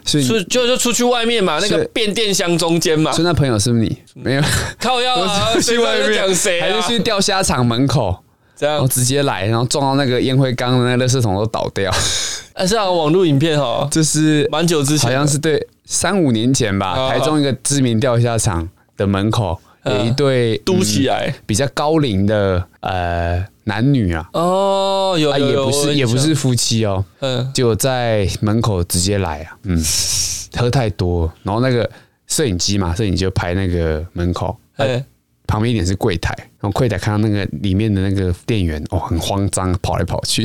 [SPEAKER 2] 所以
[SPEAKER 1] 出
[SPEAKER 2] 所
[SPEAKER 1] 就就出去外面嘛，那个
[SPEAKER 2] 是
[SPEAKER 1] 变电箱中间 嘛，
[SPEAKER 2] 以那朋友是不是你？没有，
[SPEAKER 1] 靠腰 啊， 谁知道在讲谁
[SPEAKER 2] 还
[SPEAKER 1] 啊
[SPEAKER 2] 是？去哦钓虾场门口，
[SPEAKER 1] 这
[SPEAKER 2] 然
[SPEAKER 1] 样
[SPEAKER 2] 后，直接来，然后撞到那个烟灰缸的那个垃圾桶都倒掉，
[SPEAKER 1] 啊，是啊，网络影片哈，
[SPEAKER 2] 这是
[SPEAKER 1] 蛮久之前
[SPEAKER 2] 好
[SPEAKER 1] 的，
[SPEAKER 2] 像是对三五年前
[SPEAKER 1] 哦
[SPEAKER 2] 吧，台中一个知名钓虾场的门口
[SPEAKER 1] 啊
[SPEAKER 2] 有一对嗯
[SPEAKER 1] 嘟起来
[SPEAKER 2] 比较高龄的呃男女啊，
[SPEAKER 1] 哦，有
[SPEAKER 2] 啊
[SPEAKER 1] 有
[SPEAKER 2] 也
[SPEAKER 1] 有，我
[SPEAKER 2] 不
[SPEAKER 1] 有
[SPEAKER 2] 是
[SPEAKER 1] 印
[SPEAKER 2] 也不
[SPEAKER 1] 象，
[SPEAKER 2] 是夫妻哦，
[SPEAKER 1] 嗯，
[SPEAKER 2] 就在门口直接来啊，嗯，喝太多，然后那个摄影机嘛，摄影机就拍那个门口，
[SPEAKER 1] 哎，
[SPEAKER 2] 旁边一点是柜台，然后柜台看到那个里面的那个店员哦，很慌张，跑来跑去，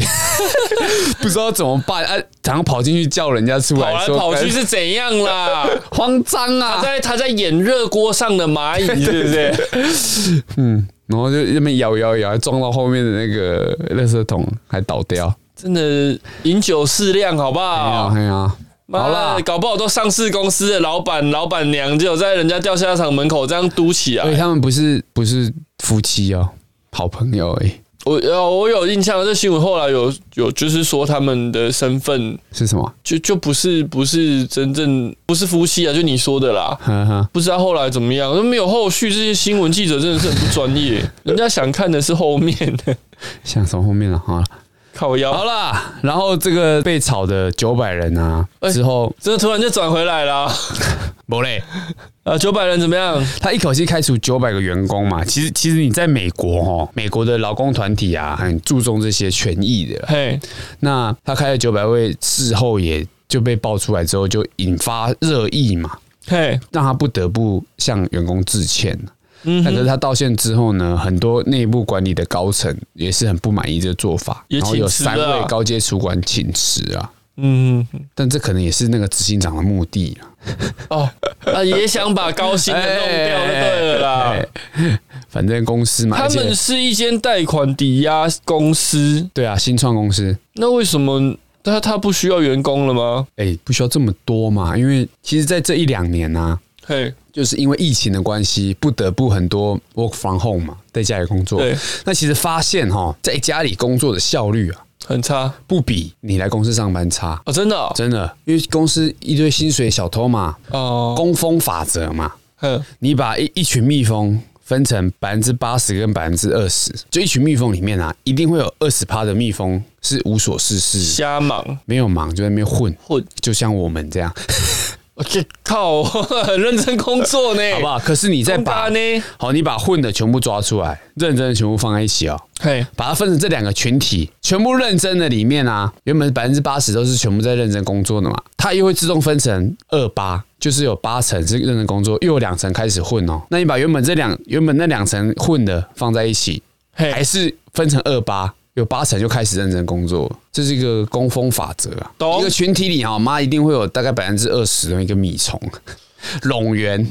[SPEAKER 2] 不知道怎么办，啊，然后跑进去叫人家出
[SPEAKER 1] 跑
[SPEAKER 2] 来
[SPEAKER 1] 来
[SPEAKER 2] 说，
[SPEAKER 1] 跑去是怎样 啦？
[SPEAKER 2] 慌张
[SPEAKER 1] 他
[SPEAKER 2] 啊，
[SPEAKER 1] 在他在演热锅上的蚂蚁，是不是？
[SPEAKER 2] 然后就那边摇摇摇，还撞到后面的那个垃圾桶，还倒掉。
[SPEAKER 1] 真的饮酒适量，好不好？
[SPEAKER 2] 哎呀，
[SPEAKER 1] 妈
[SPEAKER 2] 好啦
[SPEAKER 1] 搞不好都上市公司的老板、老板娘就有在人家钓虾场门口这样嘟起
[SPEAKER 2] 而且
[SPEAKER 1] 来。
[SPEAKER 2] 他们不是不是夫妻哦，好朋友哎，
[SPEAKER 1] 我呃，我有印象，这新闻后来有有就是说他们的身份
[SPEAKER 2] 是什么？
[SPEAKER 1] 就就不是不是真正不是夫妻啊，就你说的啦。
[SPEAKER 2] 呵呵，
[SPEAKER 1] 不知道后来怎么样，都没有后续。这些新闻记者真的是很不专业，人家想看的是后面的
[SPEAKER 2] 想从后面了哈。
[SPEAKER 1] 靠腰。
[SPEAKER 2] 好啦，然后这个被炒的九百人啊，
[SPEAKER 1] 哎
[SPEAKER 2] 之后
[SPEAKER 1] 真的突然就转回来了啊
[SPEAKER 2] 不嘞，
[SPEAKER 1] 啊！九百人怎么样？
[SPEAKER 2] 他一口气开除九百个员工嘛。其实其实你在美国哦，美国的劳工团体啊，很注重这些权益的。
[SPEAKER 1] 嘿，
[SPEAKER 2] 那他开了九百位，事后也就被爆出来之后，就引发热议嘛。
[SPEAKER 1] 嘿，
[SPEAKER 2] 让他不得不向员工致歉。
[SPEAKER 1] 嗯
[SPEAKER 2] 但可是他道歉之后呢，很多内部管理的高层也是很不满意这个做法，
[SPEAKER 1] 也
[SPEAKER 2] 然后有
[SPEAKER 1] 请辞了
[SPEAKER 2] 三位高阶主管请辞啊。
[SPEAKER 1] 嗯，
[SPEAKER 2] 但这可能也是那个执行长的目的啊。
[SPEAKER 1] 哦，啊，也想把高薪的弄掉就对了啦。
[SPEAKER 2] 哎反正公司嘛，
[SPEAKER 1] 他
[SPEAKER 2] 而
[SPEAKER 1] 们
[SPEAKER 2] 且
[SPEAKER 1] 是一间贷款抵押公司，
[SPEAKER 2] 对啊，新创公司，
[SPEAKER 1] 那为什么他他不需要员工了吗？
[SPEAKER 2] 哎、不需要这么多嘛，因为其实，在这一两年呢、啊，
[SPEAKER 1] 嘿，
[SPEAKER 2] 就是因为疫情的关系，不得不很多 work from home 嘛，在家里工作
[SPEAKER 1] 对。
[SPEAKER 2] 那其实发现哈，在家里工作的效率啊，
[SPEAKER 1] 很差
[SPEAKER 2] 不比你来公司上班差，
[SPEAKER 1] 哦，真的哦
[SPEAKER 2] 真的，因为公司一堆薪水小偷嘛，
[SPEAKER 1] 哦，
[SPEAKER 2] 工蜂法则嘛，
[SPEAKER 1] 嗯，
[SPEAKER 2] 你把一一群蜜蜂分成百分之八十跟百分之二十，就一群蜜蜂里面啊，一定会有二十趴的蜜蜂是无所事事，
[SPEAKER 1] 瞎忙
[SPEAKER 2] 没有忙就在那边混，
[SPEAKER 1] 混，
[SPEAKER 2] 就像我们这样，
[SPEAKER 1] 我哦这靠， 很认真工作呢，
[SPEAKER 2] 好不好？可是你再
[SPEAKER 1] 工吧
[SPEAKER 2] 把
[SPEAKER 1] 呢，
[SPEAKER 2] 好，你把混的全部抓出来，认真的全部放在一起哦。
[SPEAKER 1] 嘿，
[SPEAKER 2] 把它分成这两个群体，全部认真的里面啊，原本百分之八十都是全部在认真工作的嘛，它又会自动分成二八，就是有八成是认真工作，又有两层开始混哦。那你把原本这两原本那两层混的放在一起，还
[SPEAKER 1] 嘿，
[SPEAKER 2] 是分成二八，有八成就开始认真工作，这是一个工蜂法则啊。
[SPEAKER 1] 懂
[SPEAKER 2] 一个群体里啊，妈一定会有大概百分之二十的一个米虫 拢源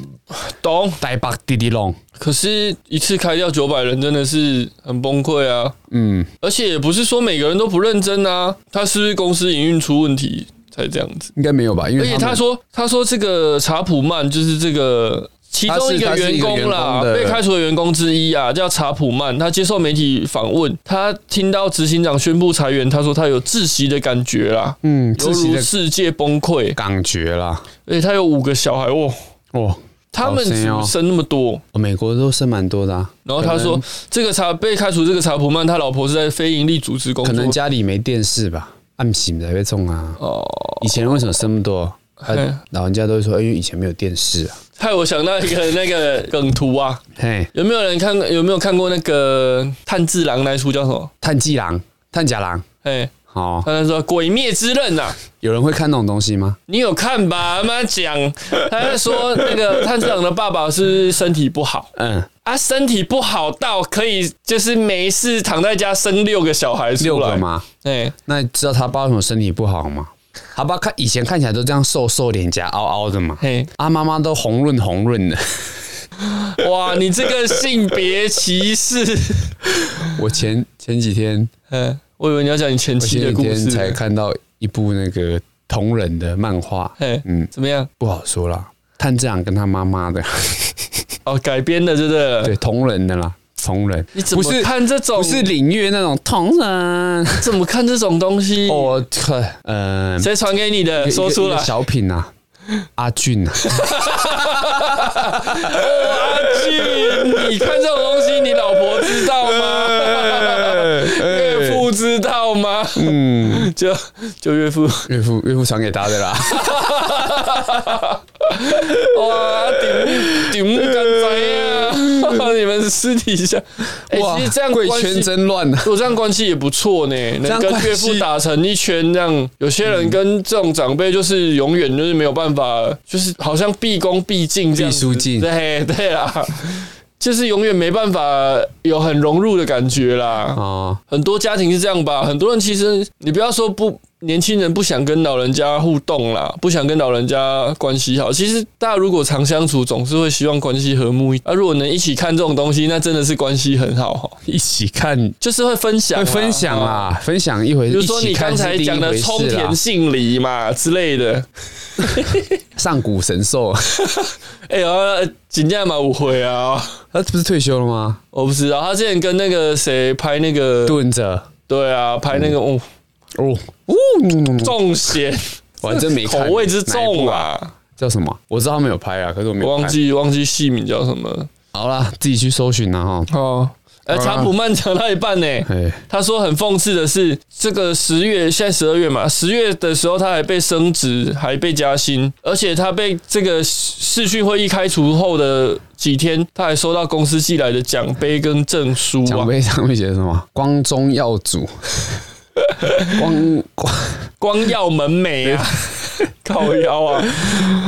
[SPEAKER 1] 懂。
[SPEAKER 2] 呆巴滴滴拢，
[SPEAKER 1] 可是，一次开掉九百人，真的是很崩溃啊！
[SPEAKER 2] 嗯，
[SPEAKER 1] 而且也不是说每个人都不认真啊，他是不是公司营运出问题才这样子？
[SPEAKER 2] 应该没有吧？因为
[SPEAKER 1] 而且
[SPEAKER 2] 们
[SPEAKER 1] 他说，他说这个查普曼就是这个其中一个员工啦
[SPEAKER 2] 他是他是一个员工，的
[SPEAKER 1] 被开除的员工之一啊，叫查普曼。他接受媒体访问，他听到执行长宣布裁员，他说他有窒息的感觉啦，
[SPEAKER 2] 嗯，
[SPEAKER 1] 犹
[SPEAKER 2] 自己
[SPEAKER 1] 如
[SPEAKER 2] 的
[SPEAKER 1] 世界崩溃。
[SPEAKER 2] 感觉啦，
[SPEAKER 1] 而且他有五个小孩，哇，
[SPEAKER 2] 哦。
[SPEAKER 1] 他们
[SPEAKER 2] 好
[SPEAKER 1] 怎
[SPEAKER 2] 生哦
[SPEAKER 1] 么生那么多？
[SPEAKER 2] 美国都生蛮多的、啊，
[SPEAKER 1] 然后他说，这个查被开除这个查普曼，他老婆是在非营利组织工
[SPEAKER 2] 可能
[SPEAKER 1] 作。
[SPEAKER 2] 家里没电视吧，暗醒才会中啊。
[SPEAKER 1] 哦，
[SPEAKER 2] 以前人为什么生那么多？他
[SPEAKER 1] 嘿
[SPEAKER 2] 老人家都会说，哎因为以前没有电视啊。
[SPEAKER 1] 害我想到一个那个梗图啊，
[SPEAKER 2] 嘿，
[SPEAKER 1] 有没有人看？有没有看过那个炭治郎那一出叫什么？
[SPEAKER 2] 探季郎、探假郎，
[SPEAKER 1] 哎，
[SPEAKER 2] 哦，
[SPEAKER 1] 他那说《鬼灭之刃》呐、
[SPEAKER 2] 有人会看那种东西吗？
[SPEAKER 1] 你有看吧？妈讲，他在说那个 炭治郎的爸爸是身体不好
[SPEAKER 2] 嗯，
[SPEAKER 1] 啊，身体不好到可以就是没事躺在家生六个小孩
[SPEAKER 2] 六
[SPEAKER 1] 出
[SPEAKER 2] 个
[SPEAKER 1] 来？
[SPEAKER 2] 嘛。
[SPEAKER 1] 哎，
[SPEAKER 2] 那你知道他爸为什么身体不好吗？他爸看以前看起来都这样瘦瘦，脸颊凹凹的嘛。
[SPEAKER 1] 嘿，
[SPEAKER 2] 啊，妈妈都红润红润的。
[SPEAKER 1] 哇，你这个性别歧 视！
[SPEAKER 2] 我前 前几天，
[SPEAKER 1] 嗯，我以为你要讲你前
[SPEAKER 2] 我
[SPEAKER 1] 妻
[SPEAKER 2] 前
[SPEAKER 1] 的
[SPEAKER 2] 几
[SPEAKER 1] 故
[SPEAKER 2] 天
[SPEAKER 1] 事，
[SPEAKER 2] 才看到一部那个同人的漫画，
[SPEAKER 1] 嘿，
[SPEAKER 2] 嗯，
[SPEAKER 1] 怎么样？
[SPEAKER 2] 不好说啦。炭治郎跟他妈 妈的，
[SPEAKER 1] 哦，改编的，对不对？
[SPEAKER 2] 对，同人的啦，同人，
[SPEAKER 1] 你怎么
[SPEAKER 2] 不是
[SPEAKER 1] 看这种？
[SPEAKER 2] 不是领月那种同 人。
[SPEAKER 1] 怎么看这种东西？
[SPEAKER 2] 我靠，嗯，
[SPEAKER 1] 谁传给你
[SPEAKER 2] 哦一
[SPEAKER 1] 的？
[SPEAKER 2] 个
[SPEAKER 1] 说出
[SPEAKER 2] 一
[SPEAKER 1] 来
[SPEAKER 2] 个。小品啊，阿俊啊，
[SPEAKER 1] 阿俊，你看这种东西，你老婆知道 吗？
[SPEAKER 2] 哎
[SPEAKER 1] 岳父知道吗？嗯，就就岳父，
[SPEAKER 2] 岳父岳父传给他的啦。
[SPEAKER 1] 哇，顶顶干仔呀！ 靠，你们私底下，哎、
[SPEAKER 2] 哇，
[SPEAKER 1] 其实这样
[SPEAKER 2] 贵
[SPEAKER 1] 关系
[SPEAKER 2] 圈真乱啊！
[SPEAKER 1] 我这样关系也不错呢，能
[SPEAKER 2] 样
[SPEAKER 1] 跟
[SPEAKER 2] 关
[SPEAKER 1] 岳父
[SPEAKER 2] 系
[SPEAKER 1] 打成一圈这样。有些人跟这种长辈就是永远就是没有办法，就是好像毕恭毕敬 这样子，
[SPEAKER 2] 毕书尽
[SPEAKER 1] 对对啦， 就是永远没办法有很融入的感觉啦。
[SPEAKER 2] 哦，
[SPEAKER 1] 很多家庭是这样吧，很多人其实你不要说不，年轻人不想跟老人家互动啦，不想跟老人家关系好。其实大家如果常相处，总是会希望关系和睦一。啊，如果能一起看这种东西，那真的是关系很好哈。
[SPEAKER 2] 一起看
[SPEAKER 1] 就是会分享啦，
[SPEAKER 2] 会分享
[SPEAKER 1] 啊
[SPEAKER 2] 啦，分享一回，
[SPEAKER 1] 比如说
[SPEAKER 2] 一
[SPEAKER 1] 你
[SPEAKER 2] 起看
[SPEAKER 1] 刚
[SPEAKER 2] 是
[SPEAKER 1] 才
[SPEAKER 2] 另一
[SPEAKER 1] 讲的
[SPEAKER 2] 回事啊
[SPEAKER 1] 冲
[SPEAKER 2] 啦
[SPEAKER 1] 田杏梨嘛之类的，
[SPEAKER 2] 上古神兽， 啊
[SPEAKER 1] 哎呀，金价嘛误会啊，哦
[SPEAKER 2] 他不是退休了吗？
[SPEAKER 1] 我不知道。他之前跟那个谁拍那个，
[SPEAKER 2] 蹲着
[SPEAKER 1] 对啊，拍那个哦，
[SPEAKER 2] 哦哦，
[SPEAKER 1] 重咸，
[SPEAKER 2] 我还真没
[SPEAKER 1] 口
[SPEAKER 2] 看
[SPEAKER 1] 味之
[SPEAKER 2] 哪一部
[SPEAKER 1] 重啊，
[SPEAKER 2] 叫什么？我知道他们有拍啊，可是我没
[SPEAKER 1] 我
[SPEAKER 2] 有
[SPEAKER 1] 忘
[SPEAKER 2] 看。
[SPEAKER 1] 记忘记戏名叫什么
[SPEAKER 2] 好啦，自己去搜寻啦哈。
[SPEAKER 1] 哦。呃，
[SPEAKER 2] 好啦
[SPEAKER 1] 查普曼讲到一半 呢，
[SPEAKER 2] 哎，
[SPEAKER 1] 他说很讽刺的是，这个十月现在十二月嘛，十月的时候他还被升职，还被加薪，而且他被这个视讯会议开除后的几天，他还收到公司寄来的奖杯跟证书
[SPEAKER 2] 奖
[SPEAKER 1] 啊，
[SPEAKER 2] 杯上面写的什么？光宗耀祖， 光光。
[SPEAKER 1] 光耀门楣 啊，靠腰啊，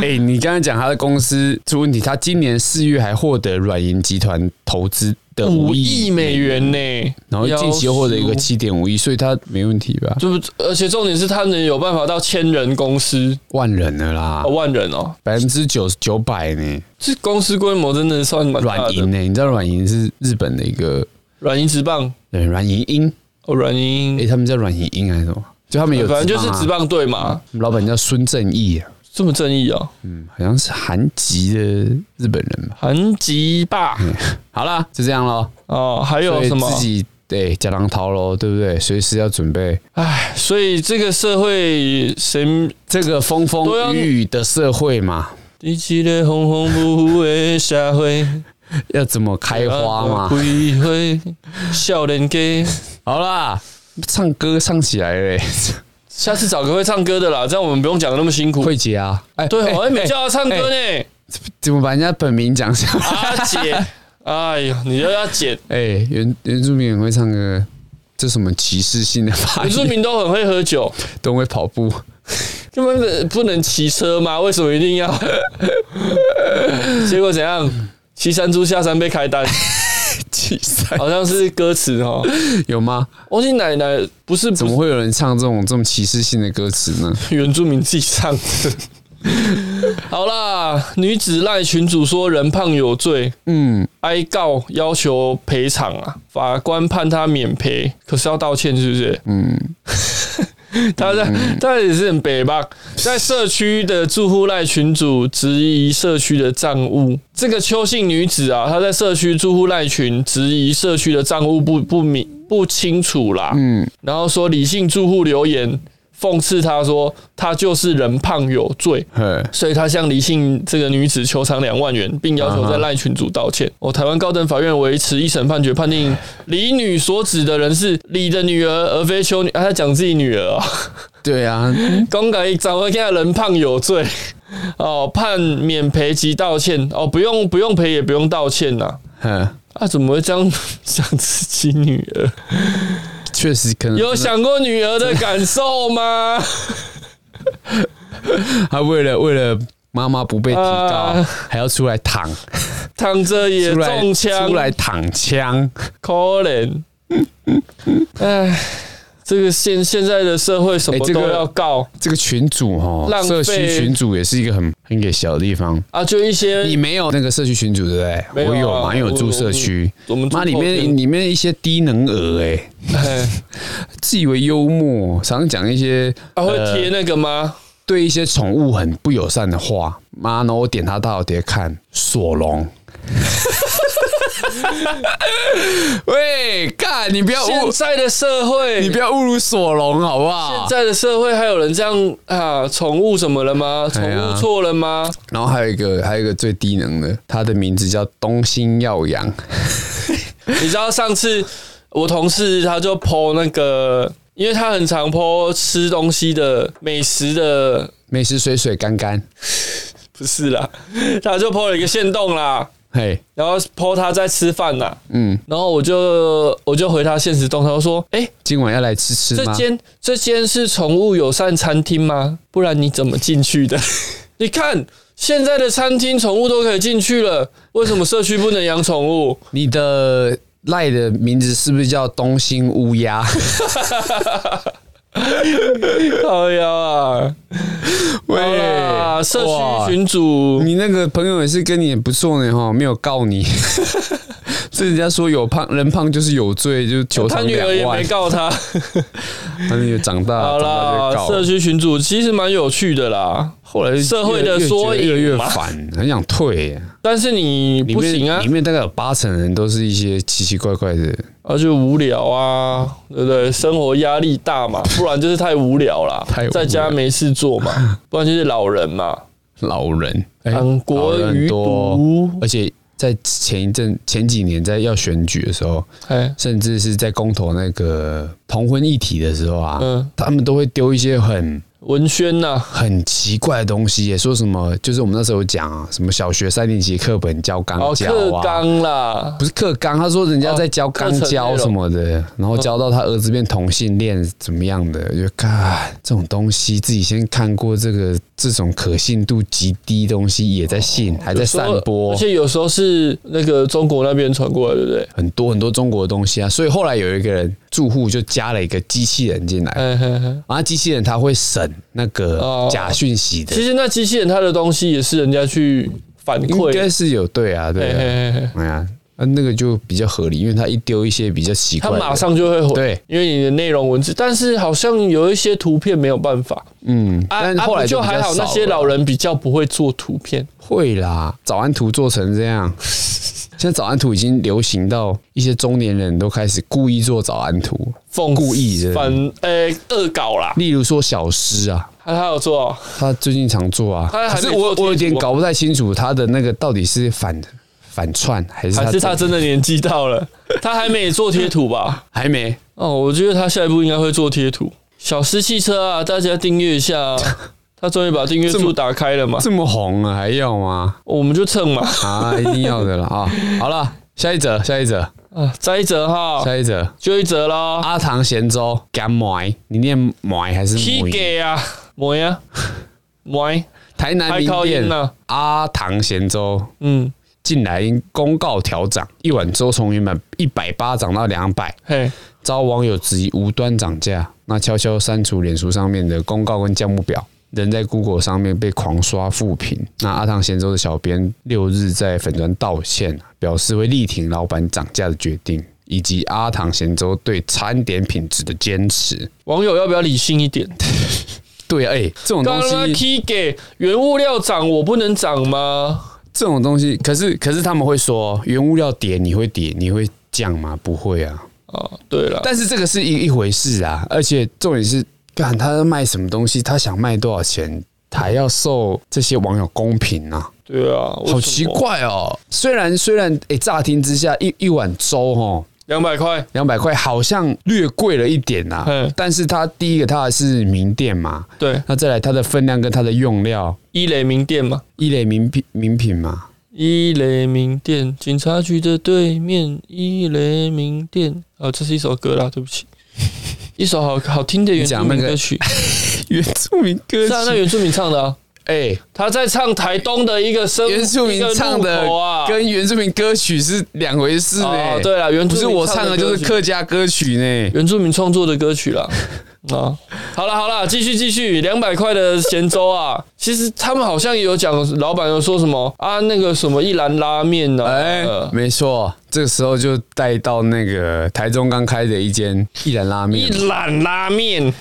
[SPEAKER 2] 哎、你刚才讲他的公司出问题，他今年四月还获得软银集团投资的
[SPEAKER 1] 五
[SPEAKER 2] 五
[SPEAKER 1] 亿
[SPEAKER 2] 亿
[SPEAKER 1] 美，元呢、
[SPEAKER 2] 然后近期又获得一个
[SPEAKER 1] 要输
[SPEAKER 2] 七点五亿，所以他没问题吧？
[SPEAKER 1] 就是，而且重点是他能有办法到千人公司，
[SPEAKER 2] 万人了啦
[SPEAKER 1] 哦，，万人哦，
[SPEAKER 2] 百分之九九百呢，
[SPEAKER 1] 这公司规模真的算蛮大
[SPEAKER 2] 软
[SPEAKER 1] 的
[SPEAKER 2] 银。呢？你知道软银是日本的一个
[SPEAKER 1] 软银直棒，
[SPEAKER 2] 对软银鹰，
[SPEAKER 1] 哦，软银
[SPEAKER 2] 哎、，他们叫软银鹰还是什么？就他们有、啊
[SPEAKER 1] 反正就是直，棒队嘛，
[SPEAKER 2] 老板叫孙正义、啊，
[SPEAKER 1] 这么正义哦，
[SPEAKER 2] 嗯，好像是韩籍的日本人吧。
[SPEAKER 1] 韩吉霸
[SPEAKER 2] 好啦，就这样咯。
[SPEAKER 1] 哦，还有
[SPEAKER 2] 嗯所以
[SPEAKER 1] 什么
[SPEAKER 2] 自？己对假狼逃喽，对不对？随时要准备。
[SPEAKER 1] 哎，所以这个社会谁
[SPEAKER 2] 这个风
[SPEAKER 1] 啊
[SPEAKER 2] 风雨雨的社会嘛，
[SPEAKER 1] 第几个红红不呼的社 会，啊
[SPEAKER 2] 要怎么开花嘛？
[SPEAKER 1] 会会笑脸给，
[SPEAKER 2] 好啦，唱歌唱起来嘞，
[SPEAKER 1] 下次找个会唱歌的啦，这样我们不用讲那么辛苦。
[SPEAKER 2] 慧姐啊，哎，
[SPEAKER 1] 对，我还没
[SPEAKER 2] 哎
[SPEAKER 1] 叫他唱歌呢，
[SPEAKER 2] 怎么把人家本名讲下来？
[SPEAKER 1] 阿姐，哎呦，你又要剪。
[SPEAKER 2] 哎，原原住民很会唱歌，这什么歧视性的发
[SPEAKER 1] 原住
[SPEAKER 2] 言？
[SPEAKER 1] 民都很会喝酒，
[SPEAKER 2] 都会跑步，
[SPEAKER 1] 根本不能骑车吗？为什么一定要？ 结果怎样？骑山猪下山被开 单，
[SPEAKER 2] 气死！
[SPEAKER 1] 好像是歌词哦。
[SPEAKER 2] 有吗？
[SPEAKER 1] 忘记奶奶不是
[SPEAKER 2] 怎
[SPEAKER 1] 不
[SPEAKER 2] 么
[SPEAKER 1] 是
[SPEAKER 2] 会有人唱这种这么歧视性的歌词呢？
[SPEAKER 1] 原住民自己唱的。好啦，女子赖群主说人胖有罪，
[SPEAKER 2] 嗯，
[SPEAKER 1] 哀告要求赔偿啊，法官判他免赔，可是要道歉是不是？嗯， 他在他也是很北吧，在社区的住户赖群主质疑社区的账务，这个邱姓女子啊，她在社区住户赖群质疑社区的账务不不明不清楚啦，嗯，然后说理性住户留言讽刺她说她就是人胖有罪，
[SPEAKER 2] 嘿，
[SPEAKER 1] 所以他向李姓这个女子求偿两万元，并要求在赖群主道歉。哦，台湾高等法院维持一审判决，判定李女所指的人是李的女儿，而非邱女。啊，他讲自己女儿啊、
[SPEAKER 2] 对啊，
[SPEAKER 1] 公改掌握下人胖有罪，哦，判免赔及道歉，哦，不用不用赔也不用道歉呐、啊。
[SPEAKER 2] 嘿，
[SPEAKER 1] 怎么会这样 想自己女儿？
[SPEAKER 2] 确实可能
[SPEAKER 1] 有想过女儿的感受吗？
[SPEAKER 2] 他为了为了妈妈不被提高
[SPEAKER 1] 啊，
[SPEAKER 2] 还要出来躺，
[SPEAKER 1] 躺着也
[SPEAKER 2] 出来
[SPEAKER 1] 中枪，啊
[SPEAKER 2] 出来躺枪。
[SPEAKER 1] 可 怜。哎，这个现现在的社会什么
[SPEAKER 2] 哎这个
[SPEAKER 1] 都要告、
[SPEAKER 2] 这个群主哈
[SPEAKER 1] 浪，费
[SPEAKER 2] 社区群主也是一个很很给小的地方。
[SPEAKER 1] 啊，就一些
[SPEAKER 2] 哎你没有那个社区群主对不对？
[SPEAKER 1] 没有啊
[SPEAKER 2] 我有嘛，因为我住
[SPEAKER 1] 我
[SPEAKER 2] 社区。
[SPEAKER 1] 我们
[SPEAKER 2] 妈，里面里面一些低能儿哎、
[SPEAKER 1] 哎，
[SPEAKER 2] 自以为幽默，常常讲一些
[SPEAKER 1] 啊会贴那个吗？
[SPEAKER 2] 对一些宠物很不友善的话。妈，然后我点他大头贴看索隆。 喂，干！你不要
[SPEAKER 1] 现
[SPEAKER 2] 误，
[SPEAKER 1] 在的社会，
[SPEAKER 2] 哦你不要侮辱索隆好不好？
[SPEAKER 1] 现在的社会还有人这样啊？宠物什么了吗？宠
[SPEAKER 2] 哎呀
[SPEAKER 1] 物错了吗？
[SPEAKER 2] 然后还有一个，还有一个最低能的，他的名字叫东星耀阳。
[SPEAKER 1] 你知道上次我同事他就 PO 那个，因为他很常 PO 吃东西的美食的，
[SPEAKER 2] 美食水水干干，
[SPEAKER 1] 不是啦，他就 PO 了一个限动啦。
[SPEAKER 2] 嘿，
[SPEAKER 1] 然后 PO 他在吃饭呐、嗯，然后我就我就回他现实动态，我说，哎、
[SPEAKER 2] 今晚要来吃吃
[SPEAKER 1] 这
[SPEAKER 2] 吗？
[SPEAKER 1] 间这间是宠物友善餐厅吗？不然你怎么进去 的？你看现在的餐厅宠物都可以进去了，为什么社区不能养宠 物？
[SPEAKER 2] 你的赖的名字是不是叫东兴乌鸦？
[SPEAKER 1] 靠腰啊！好啦社区群主
[SPEAKER 2] 你那个朋友也是跟你也不错呢哈，没有告你。这人家说有胖人胖就是有罪，就是求
[SPEAKER 1] 他
[SPEAKER 2] 偿
[SPEAKER 1] 女儿
[SPEAKER 2] 两
[SPEAKER 1] 也没
[SPEAKER 2] 万。
[SPEAKER 1] 告 他。
[SPEAKER 2] 他女儿长大
[SPEAKER 1] 好
[SPEAKER 2] 长大就
[SPEAKER 1] 啦，
[SPEAKER 2] 告
[SPEAKER 1] 社
[SPEAKER 2] 了。
[SPEAKER 1] 区群主其实蛮有趣的啦，
[SPEAKER 2] 后来
[SPEAKER 1] 社会的
[SPEAKER 2] 越越
[SPEAKER 1] 缩
[SPEAKER 2] 觉得越来
[SPEAKER 1] 影
[SPEAKER 2] 越
[SPEAKER 1] 嘛
[SPEAKER 2] 烦，很想退耶。
[SPEAKER 1] 但是你
[SPEAKER 2] 里
[SPEAKER 1] 不
[SPEAKER 2] 面
[SPEAKER 1] 行啊
[SPEAKER 2] 里，面大概有八成人都是一些奇奇怪怪的。
[SPEAKER 1] 啊就无聊啊，对不对？生活压力大 嘛，不然就是太无聊啦，
[SPEAKER 2] 太无聊
[SPEAKER 1] 在家没事做 嘛，不然就是老人嘛，
[SPEAKER 2] 老人，哎
[SPEAKER 1] 韩
[SPEAKER 2] 老
[SPEAKER 1] 国
[SPEAKER 2] 人
[SPEAKER 1] 余
[SPEAKER 2] 很
[SPEAKER 1] 毒
[SPEAKER 2] 多，，而且在前一阵、前几年在要选举的时候，
[SPEAKER 1] 哎，
[SPEAKER 2] 甚至是在公投那个同婚议题的时候啊，
[SPEAKER 1] 嗯
[SPEAKER 2] 他们都会丢一些很
[SPEAKER 1] 文轩呐、
[SPEAKER 2] 很奇怪的东西耶，说什么就是我们那时候有讲啊，什么小学三年级课本教钢
[SPEAKER 1] 哦，
[SPEAKER 2] 教
[SPEAKER 1] 克
[SPEAKER 2] 啊。
[SPEAKER 1] 刚啦，
[SPEAKER 2] 不是课纲，他说人家在教
[SPEAKER 1] 哦
[SPEAKER 2] 钢教什么的，然后教到他儿子变同性恋怎么样的，我就看这种东西，自己先看过这个这种可信度极低东西也在信，还在散播
[SPEAKER 1] 而。且哦有时候是那个中国那边传过来，对不对？
[SPEAKER 2] 很多很多中国的东西啊，所以后来有一个人住户就加了一个机器人进来，然
[SPEAKER 1] 哎嘿嘿，
[SPEAKER 2] 后机器人它会审那
[SPEAKER 1] 哦
[SPEAKER 2] 个假讯息的
[SPEAKER 1] 其，实那机器人它的东西也是人家去反
[SPEAKER 2] 应
[SPEAKER 1] 馈的，
[SPEAKER 2] 该是有对啊，
[SPEAKER 1] 嘿
[SPEAKER 2] 对啊，
[SPEAKER 1] 嘿嘿嘿
[SPEAKER 2] 哎呀，那那个就比较合理，因为它一丢一些比较奇
[SPEAKER 1] 它
[SPEAKER 2] 怪的，
[SPEAKER 1] 马上就会回，
[SPEAKER 2] 对，
[SPEAKER 1] 因为你的内容文字，但是好像有一些图片没有办法，
[SPEAKER 2] 嗯，
[SPEAKER 1] 啊
[SPEAKER 2] 但
[SPEAKER 1] 啊
[SPEAKER 2] 后来
[SPEAKER 1] 不就
[SPEAKER 2] 比较
[SPEAKER 1] 还好，
[SPEAKER 2] 少
[SPEAKER 1] 那些
[SPEAKER 2] 了
[SPEAKER 1] 老人比较不会做图片，
[SPEAKER 2] 会啦，早安图做成这 样。现在早安图已经流行到一些中年人都开始故意做早安图，
[SPEAKER 1] 讽
[SPEAKER 2] 故意的
[SPEAKER 1] 反呃恶搞啦，
[SPEAKER 2] 例如说小诗啊，
[SPEAKER 1] 他他有做哦，
[SPEAKER 2] 他最近常做啊，
[SPEAKER 1] 他还
[SPEAKER 2] 可是
[SPEAKER 1] 没
[SPEAKER 2] 我
[SPEAKER 1] 做
[SPEAKER 2] 我有
[SPEAKER 1] 贴
[SPEAKER 2] 点
[SPEAKER 1] 图啊
[SPEAKER 2] 搞不太清楚他的那个到底是反反串还是
[SPEAKER 1] 还
[SPEAKER 2] 他
[SPEAKER 1] 是他真的年纪到了， 他还没做贴图吧？
[SPEAKER 2] 还没
[SPEAKER 1] 哦，我觉得他下一步应该会做贴图。小狮汽车啊，大家订阅一下 啊！他终于把订阅
[SPEAKER 2] 这
[SPEAKER 1] 数
[SPEAKER 2] 么
[SPEAKER 1] 打开了嘛，
[SPEAKER 2] 这么红啊，还要吗？
[SPEAKER 1] 我们就蹭嘛
[SPEAKER 2] 啊，一定要的了啊！好了，下一则，下一则，
[SPEAKER 1] 啊，再一折哈，
[SPEAKER 2] 下一则，
[SPEAKER 1] 就一折喽。
[SPEAKER 2] 阿唐咸粥干麦，你念麦还是
[SPEAKER 1] K
[SPEAKER 2] 麦？
[SPEAKER 1] 给啊，摩 呀，摩，
[SPEAKER 2] 台南
[SPEAKER 1] 还
[SPEAKER 2] 名
[SPEAKER 1] 靠音
[SPEAKER 2] 店
[SPEAKER 1] 呢，
[SPEAKER 2] 阿唐咸粥
[SPEAKER 1] 嗯，
[SPEAKER 2] 近来因公告调涨，一碗粥从原本一百八涨到两百，
[SPEAKER 1] 嘿，
[SPEAKER 2] 遭网友质疑无端涨价，那悄悄删除脸书上面的公告跟价目表。人在 Google 上面被狂刷负评，那阿汤咸粥的小编六日在粉专道歉，表示会力挺老板涨价的决定，以及阿汤咸粥对餐点品质的坚持。
[SPEAKER 1] 网友要不要理性一点？
[SPEAKER 2] 对啊，哎、这种
[SPEAKER 1] 刚
[SPEAKER 2] 东
[SPEAKER 1] 刚
[SPEAKER 2] 西，
[SPEAKER 1] K 给原物料涨，我不能涨吗？
[SPEAKER 2] 这种东西，可是可是他们会说原物料跌，你会跌，你会降吗？不会啊，
[SPEAKER 1] 啊，对了，
[SPEAKER 2] 但是这个是一一回事啊，而且重点是，看他卖什么东西，他想卖多少钱，还要受这些网友公平啊，
[SPEAKER 1] 对啊，
[SPEAKER 2] 好奇，怪哦。虽然虽然，诶、乍听之下，一一碗粥哦，
[SPEAKER 1] 两百块，
[SPEAKER 2] 两百块好像略贵了一点呐、
[SPEAKER 1] 嗯
[SPEAKER 2] 啊，但是它第一个它还是名店嘛，
[SPEAKER 1] 对，
[SPEAKER 2] 那再来它的分量跟它的用料，
[SPEAKER 1] 一雷名店嘛，
[SPEAKER 2] 一类名品名品嘛，
[SPEAKER 1] 一雷名店，警察局的对面，一雷名店。啊，这是一首歌啦，对不 起，一首好好听的原住民歌曲，
[SPEAKER 2] 原住民歌
[SPEAKER 1] 是啊，那
[SPEAKER 2] 曲，
[SPEAKER 1] 原住民唱的啊，
[SPEAKER 2] 哎、
[SPEAKER 1] 他在唱台东的一个生
[SPEAKER 2] 原住民唱
[SPEAKER 1] 一个
[SPEAKER 2] 的
[SPEAKER 1] 路口啊，
[SPEAKER 2] 跟原住民歌曲是两回事呢、
[SPEAKER 1] 哦，对了，原住
[SPEAKER 2] 不
[SPEAKER 1] 民
[SPEAKER 2] 是我唱的，就
[SPEAKER 1] 歌
[SPEAKER 2] 是
[SPEAKER 1] 曲
[SPEAKER 2] 客家歌曲呢。
[SPEAKER 1] 原住民创作的歌曲 啦。啊，好了好了，继续继续，两百块的咸粥啊， 其实他们好像也有讲，老板有说什么啊，那个什么一兰拉面呢、
[SPEAKER 2] 哎
[SPEAKER 1] 呃，
[SPEAKER 2] 没错，这个时候就带到那个台中刚开的一间一兰拉
[SPEAKER 1] 一
[SPEAKER 2] 面，
[SPEAKER 1] 兰拉面，
[SPEAKER 2] 你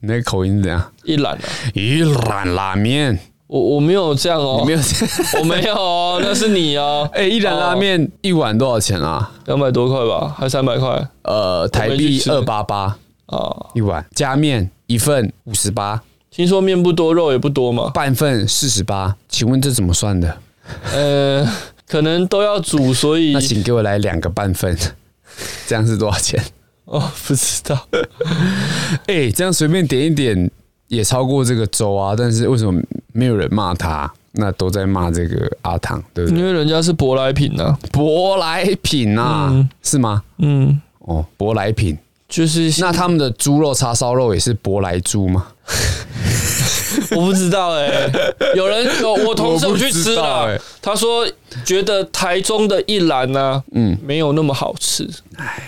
[SPEAKER 2] 那个口音怎样？
[SPEAKER 1] 一兰啊，
[SPEAKER 2] 一兰拉面，
[SPEAKER 1] 我我没有这样哦、
[SPEAKER 2] 你没有？
[SPEAKER 1] 我没有哦， 那是你哦。
[SPEAKER 2] 哎，一兰拉面一碗多少钱啊？
[SPEAKER 1] 两百多块吧，还三百块
[SPEAKER 2] 呃，台
[SPEAKER 1] 我没去
[SPEAKER 2] 币
[SPEAKER 1] 吃
[SPEAKER 2] 二八八
[SPEAKER 1] 啊？
[SPEAKER 2] 一碗，加面一份五十八，
[SPEAKER 1] 听说面不多，肉也不多嘛。
[SPEAKER 2] 半份四十八。请问这怎么算的？
[SPEAKER 1] 呃，可能都要煮，所以
[SPEAKER 2] 那请给我来两个半份， 这样是多少钱？
[SPEAKER 1] 哦不知道。
[SPEAKER 2] 哎、这样随便点一点也超过这个粥啊，但是为什么没有人骂他？那都在骂这个阿汤，对不对？
[SPEAKER 1] 因为人家是舶来品啊，
[SPEAKER 2] 舶来品啊，是吗？
[SPEAKER 1] 嗯，
[SPEAKER 2] 哦，舶来品。
[SPEAKER 1] 就是
[SPEAKER 2] 那他们的猪肉叉烧肉也是舶来猪吗？
[SPEAKER 1] 我不知道哎、有人有我同事有去吃了，
[SPEAKER 2] 我不知道欸
[SPEAKER 1] 他说觉得台中的一兰呢、嗯，没有那么好吃。哎、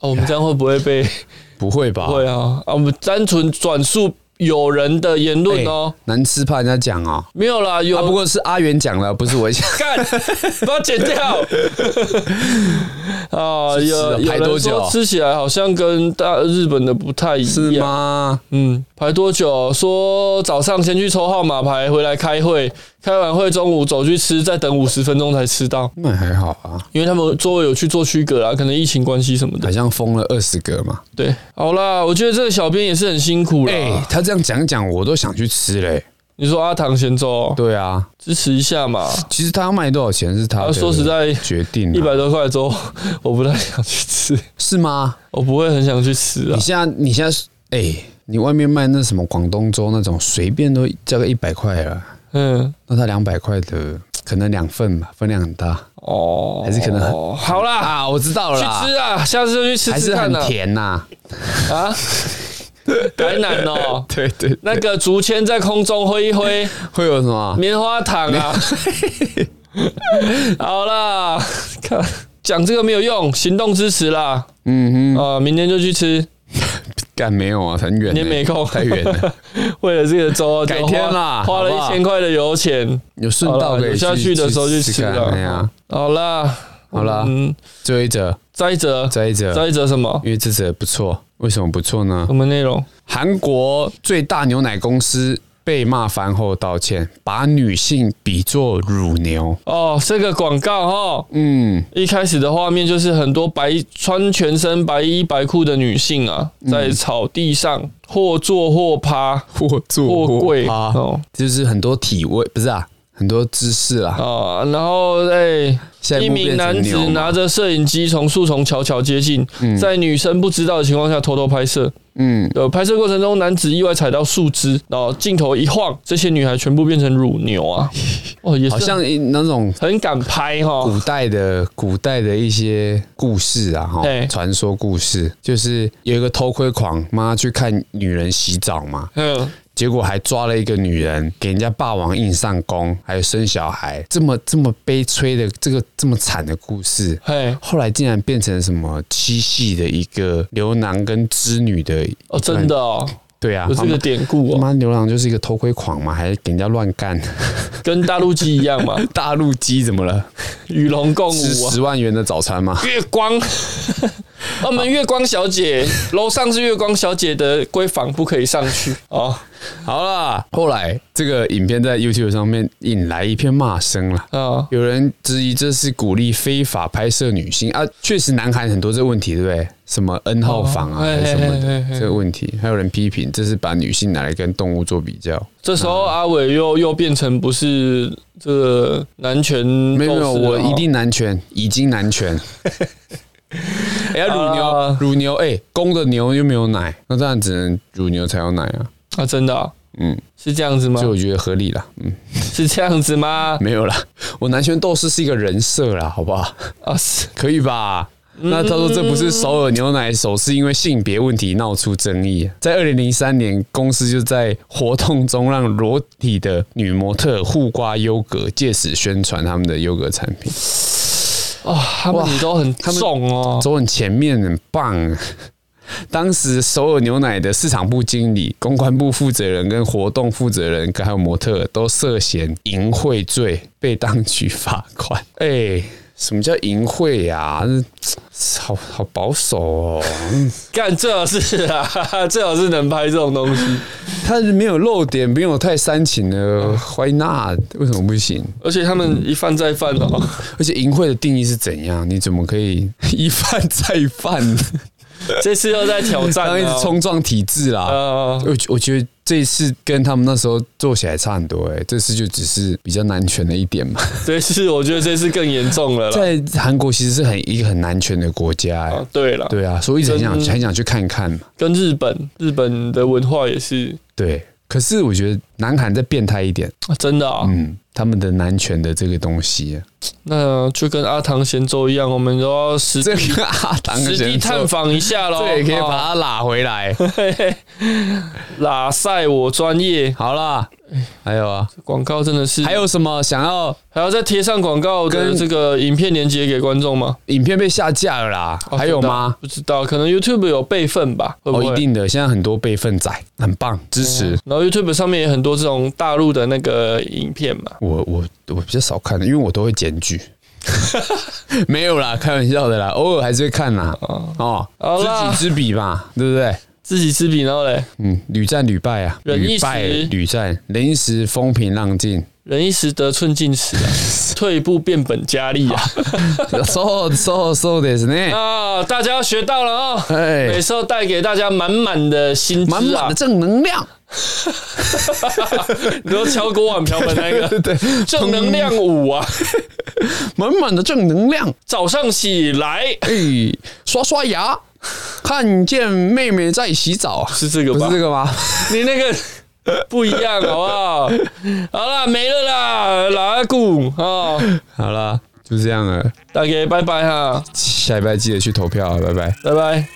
[SPEAKER 1] 哦，我们这样会不会被？
[SPEAKER 2] 不会吧？哎
[SPEAKER 1] 会啊啊！我们单纯转述有人的言论哦，
[SPEAKER 2] 难吃怕人家讲哦。
[SPEAKER 1] 没有啦，有、
[SPEAKER 2] 哎啊，不过是阿元讲了，不是我讲。
[SPEAKER 1] 干，把它剪掉。 啊，
[SPEAKER 2] 是吃
[SPEAKER 1] 有
[SPEAKER 2] 了
[SPEAKER 1] 有
[SPEAKER 2] 排多
[SPEAKER 1] 人
[SPEAKER 2] 久
[SPEAKER 1] 说吃起来好像跟大日本的不太一样，
[SPEAKER 2] 是？吗？
[SPEAKER 1] 嗯，排多久？说早上先去抽号码牌，回来开会，开完会中午走去吃，再等五十分钟才吃到，
[SPEAKER 2] 那还好啊，
[SPEAKER 1] 因为他们周围有去做区隔啊啦，可能疫情关系什么的
[SPEAKER 2] 好。像封了二十个嘛。
[SPEAKER 1] 对，好啦，我觉得这个小编也是很辛苦啦。
[SPEAKER 2] 哎、他这样讲一讲，我都想去吃嘞、
[SPEAKER 1] 你说阿唐咸粥哦
[SPEAKER 2] 对啊，
[SPEAKER 1] 支持一下嘛，
[SPEAKER 2] 其实他要卖多少钱是他
[SPEAKER 1] 啊
[SPEAKER 2] 的
[SPEAKER 1] 说实在
[SPEAKER 2] 决定、
[SPEAKER 1] 一
[SPEAKER 2] 啊，
[SPEAKER 1] 百多块的粥， 我不太想去吃，
[SPEAKER 2] 是吗？
[SPEAKER 1] 我不会很想去吃啊
[SPEAKER 2] 你。现在你现在是哎、你外面卖那什么广东粥那种，随便都加个一百块了，
[SPEAKER 1] 嗯，
[SPEAKER 2] 那他两百块的可能两份吧，分量很大
[SPEAKER 1] 哦，
[SPEAKER 2] 还是可能
[SPEAKER 1] 哦好啦，
[SPEAKER 2] 啊，我知道
[SPEAKER 1] 去
[SPEAKER 2] 了啦，
[SPEAKER 1] 吃啊，下次就去吃
[SPEAKER 2] 还
[SPEAKER 1] 吃
[SPEAKER 2] 是
[SPEAKER 1] 看
[SPEAKER 2] 很
[SPEAKER 1] 呐。
[SPEAKER 2] 甜呐、
[SPEAKER 1] 啊，台南哦，
[SPEAKER 2] 对对，
[SPEAKER 1] 那个竹签在空中挥一 挥，
[SPEAKER 2] 会有什么？
[SPEAKER 1] 棉花糖 啊。好啦， 看讲这个没有用，行动支持啦。
[SPEAKER 2] 嗯
[SPEAKER 1] 啊，明天就去吃，
[SPEAKER 2] 哼，干没有啊，很远、欸，
[SPEAKER 1] 你也没空
[SPEAKER 2] 太 远了，
[SPEAKER 1] 为了这个粥，就
[SPEAKER 2] 改
[SPEAKER 1] 花
[SPEAKER 2] 天啦
[SPEAKER 1] 花了
[SPEAKER 2] 好不
[SPEAKER 1] 一
[SPEAKER 2] 好
[SPEAKER 1] 千块的油钱。
[SPEAKER 2] 有顺
[SPEAKER 1] 好啦
[SPEAKER 2] 道可以
[SPEAKER 1] 有下去的时候去吃
[SPEAKER 2] 看
[SPEAKER 1] 了
[SPEAKER 2] 哎呀，
[SPEAKER 1] 好啦，
[SPEAKER 2] 好啦
[SPEAKER 1] 嗯，
[SPEAKER 2] 最后一则，
[SPEAKER 1] 再者，
[SPEAKER 2] 再一则，
[SPEAKER 1] 再者什么？
[SPEAKER 2] 因为这则不错，为什么不错呢
[SPEAKER 1] 什？么内容？
[SPEAKER 2] 韩国最大牛奶公司被骂翻后道歉，把女性比作乳牛。
[SPEAKER 1] 哦，这个广告哈，
[SPEAKER 2] 嗯，
[SPEAKER 1] 一开始的画面就是很多白穿全身白衣白裤的女性啊，
[SPEAKER 2] 嗯
[SPEAKER 1] 在草地上或坐或趴
[SPEAKER 2] 或坐
[SPEAKER 1] 或跪
[SPEAKER 2] 趴，
[SPEAKER 1] 哦
[SPEAKER 2] 就是很多体位，不是啊，很多姿势啦。
[SPEAKER 1] 啊，然后哎，
[SPEAKER 2] 下
[SPEAKER 1] 一
[SPEAKER 2] 一步
[SPEAKER 1] 名
[SPEAKER 2] 变
[SPEAKER 1] 男
[SPEAKER 2] 成
[SPEAKER 1] 子
[SPEAKER 2] 牛嘛
[SPEAKER 1] 拿着摄影机从树丛悄悄接近，在女生不知道的情况下偷偷拍摄。
[SPEAKER 2] 嗯，
[SPEAKER 1] 呃，拍摄过程中，男子意外踩到树枝，然后镜头一晃，这些女孩全部变成乳牛 啊！哦，也是
[SPEAKER 2] 好像嗯那种
[SPEAKER 1] 很敢拍哈。
[SPEAKER 2] 古代的古代的一些故事啊，哈
[SPEAKER 1] 对，
[SPEAKER 2] 传说故事，就是有一个偷窥狂，妈去看女人洗澡嘛，
[SPEAKER 1] 嗯，
[SPEAKER 2] 结果还抓了一个女人，给人家霸王硬上弓，还有生小孩，这么这么悲催的这个这么惨的故事，
[SPEAKER 1] 嘿，
[SPEAKER 2] 后来竟然变成什么七系的一个牛郎跟织女的
[SPEAKER 1] 哦，真的哦，
[SPEAKER 2] 对啊，
[SPEAKER 1] 有这个典故哦，
[SPEAKER 2] 妈牛郎就是一个偷窥狂嘛，还给人家乱干，
[SPEAKER 1] 跟大陆鸡一样嘛，
[SPEAKER 2] 大陆鸡怎么了？
[SPEAKER 1] 与龙共
[SPEAKER 2] 吃
[SPEAKER 1] 舞啊。
[SPEAKER 2] 十万元的早餐吗？
[SPEAKER 1] 月光， 我们月光小姐楼上是月光小姐的闺房，不可以上去哦。
[SPEAKER 2] 好啦，后来这个影片在 YouTube 上面引来一片骂声了。
[SPEAKER 1] 啊，
[SPEAKER 2] 有人质疑这是鼓励非法拍摄女性啊，确实南韩很多这个问题，对不对？什么 N 号房啊，
[SPEAKER 1] 哦嘿
[SPEAKER 2] 还是什么
[SPEAKER 1] 嘿嘿嘿
[SPEAKER 2] 的这个问题，还有人批评这是把女性拿来跟动物做比较。
[SPEAKER 1] 这时候阿伟又又变成不是这个男权
[SPEAKER 2] 没有没有，
[SPEAKER 1] 斗士了
[SPEAKER 2] 我
[SPEAKER 1] 哦
[SPEAKER 2] 一定男权，已经男权。哎呀，乳牛
[SPEAKER 1] 啊，
[SPEAKER 2] 乳牛，哎，公的牛又没有奶，那当然只能乳牛才有奶啊。
[SPEAKER 1] 啊，真的啊
[SPEAKER 2] 嗯，
[SPEAKER 1] 是这样子吗
[SPEAKER 2] 所以？我觉得合理啦。嗯，
[SPEAKER 1] 是这样子吗？
[SPEAKER 2] 没有啦，我男权斗士是一个人设啦，好不好？
[SPEAKER 1] 啊，是
[SPEAKER 2] 可以吧？那他说这不是首尔牛奶首次因为性别问题闹出争议，在二零零三年，公司就在活动中让裸体的女模特互刮优格，借此宣传他们的优格产品。
[SPEAKER 1] 哦，他们
[SPEAKER 2] 哇
[SPEAKER 1] 你都很
[SPEAKER 2] 他们
[SPEAKER 1] 重哦，
[SPEAKER 2] 走很前面，很棒。 当时首尔牛奶的市场部经理、公关部负责人跟活动负责人，还有模特儿都涉嫌淫秽罪，被当局罚款。 哎、什么叫淫秽呀、啊？这好好保守哦。
[SPEAKER 1] 干最好是啊， 最好是能拍这种东西，
[SPEAKER 2] 他没有露点，没有太煽情的，Why not？为什么不行？
[SPEAKER 1] 而且他们一犯再犯 哦，
[SPEAKER 2] 而且淫秽的定义是怎样？你怎么可以 一犯再犯？
[SPEAKER 1] 这次又在挑战
[SPEAKER 2] 刚
[SPEAKER 1] 哦，
[SPEAKER 2] 刚一直冲撞体制啦。
[SPEAKER 1] 呃，
[SPEAKER 2] 我觉我觉得这一次跟他们那时候做起来差很多哎、欸，这次就只是比较男权的一点嘛。
[SPEAKER 1] 这次我觉得这次更严重了啦。
[SPEAKER 2] 在韩国其实是很一个很男权的国家哎、
[SPEAKER 1] 啊，对了，
[SPEAKER 2] 对啊，所以一直很想
[SPEAKER 1] 真
[SPEAKER 2] 很想去看看嘛。
[SPEAKER 1] 跟日本，日本的文化也是
[SPEAKER 2] 对，可是我觉得南韩再变态一点，
[SPEAKER 1] 啊真的啊、
[SPEAKER 2] 嗯，他们的男权的这个东西，
[SPEAKER 1] 那就跟阿唐贤周一样，我们都要实
[SPEAKER 2] 这个阿当
[SPEAKER 1] 实地探，访一下喽，
[SPEAKER 2] 这也可以把
[SPEAKER 1] 啊
[SPEAKER 2] 它拉 回来。
[SPEAKER 1] 嘿嘿拉塞我专业
[SPEAKER 2] 好啦，还有啊，
[SPEAKER 1] 广告真的是，
[SPEAKER 2] 还有什么想要
[SPEAKER 1] 还要再贴上广告的
[SPEAKER 2] 跟
[SPEAKER 1] 这个影片连接给观众吗？
[SPEAKER 2] 影片被下架了啦？
[SPEAKER 1] 哦
[SPEAKER 2] 还有吗？？
[SPEAKER 1] 不知道，可能 YouTube 有备份吧，会不
[SPEAKER 2] 哦，
[SPEAKER 1] 会？嗯
[SPEAKER 2] 一定的，现在很多备份仔，很棒，支持。
[SPEAKER 1] 然后 YouTube 上面也很多这种大陆的那个影片嘛，
[SPEAKER 2] 我我我比较少看，因为我都会检举。 没有啦，开玩笑的啦，偶尔还是会看啦。哦，
[SPEAKER 1] 好啦
[SPEAKER 2] 知己知彼嘛，对不对？
[SPEAKER 1] 知己知彼，然后嘞，
[SPEAKER 2] 嗯，屡战屡败啊，
[SPEAKER 1] 忍一
[SPEAKER 2] 屡
[SPEAKER 1] 时
[SPEAKER 2] 败屡战，临一时风平 浪静。
[SPEAKER 1] 忍一时得寸进尺 啊，退一步变本加厉啊！
[SPEAKER 2] so so so ですね。
[SPEAKER 1] 啊，大家要学到了哦。每
[SPEAKER 2] 哎，
[SPEAKER 1] 次都带给大家满满的薪资啊，
[SPEAKER 2] 满满的正能量，
[SPEAKER 1] 你说敲锅碗瓢盆那个
[SPEAKER 2] 对，
[SPEAKER 1] 正能量舞啊，
[SPEAKER 2] 满满的正能量。
[SPEAKER 1] 早上起来
[SPEAKER 2] 哎，刷刷牙，看见妹妹在洗澡，啊
[SPEAKER 1] 是这个
[SPEAKER 2] 不
[SPEAKER 1] 吧？
[SPEAKER 2] 是这个吗？
[SPEAKER 1] 你那个不一样好不好？好啦，没了啦，拉古啊，哦
[SPEAKER 2] 好啦，就这样了，
[SPEAKER 1] 大家拜拜哈，
[SPEAKER 2] 下礼拜记得去投票啊，拜拜。
[SPEAKER 1] 拜拜。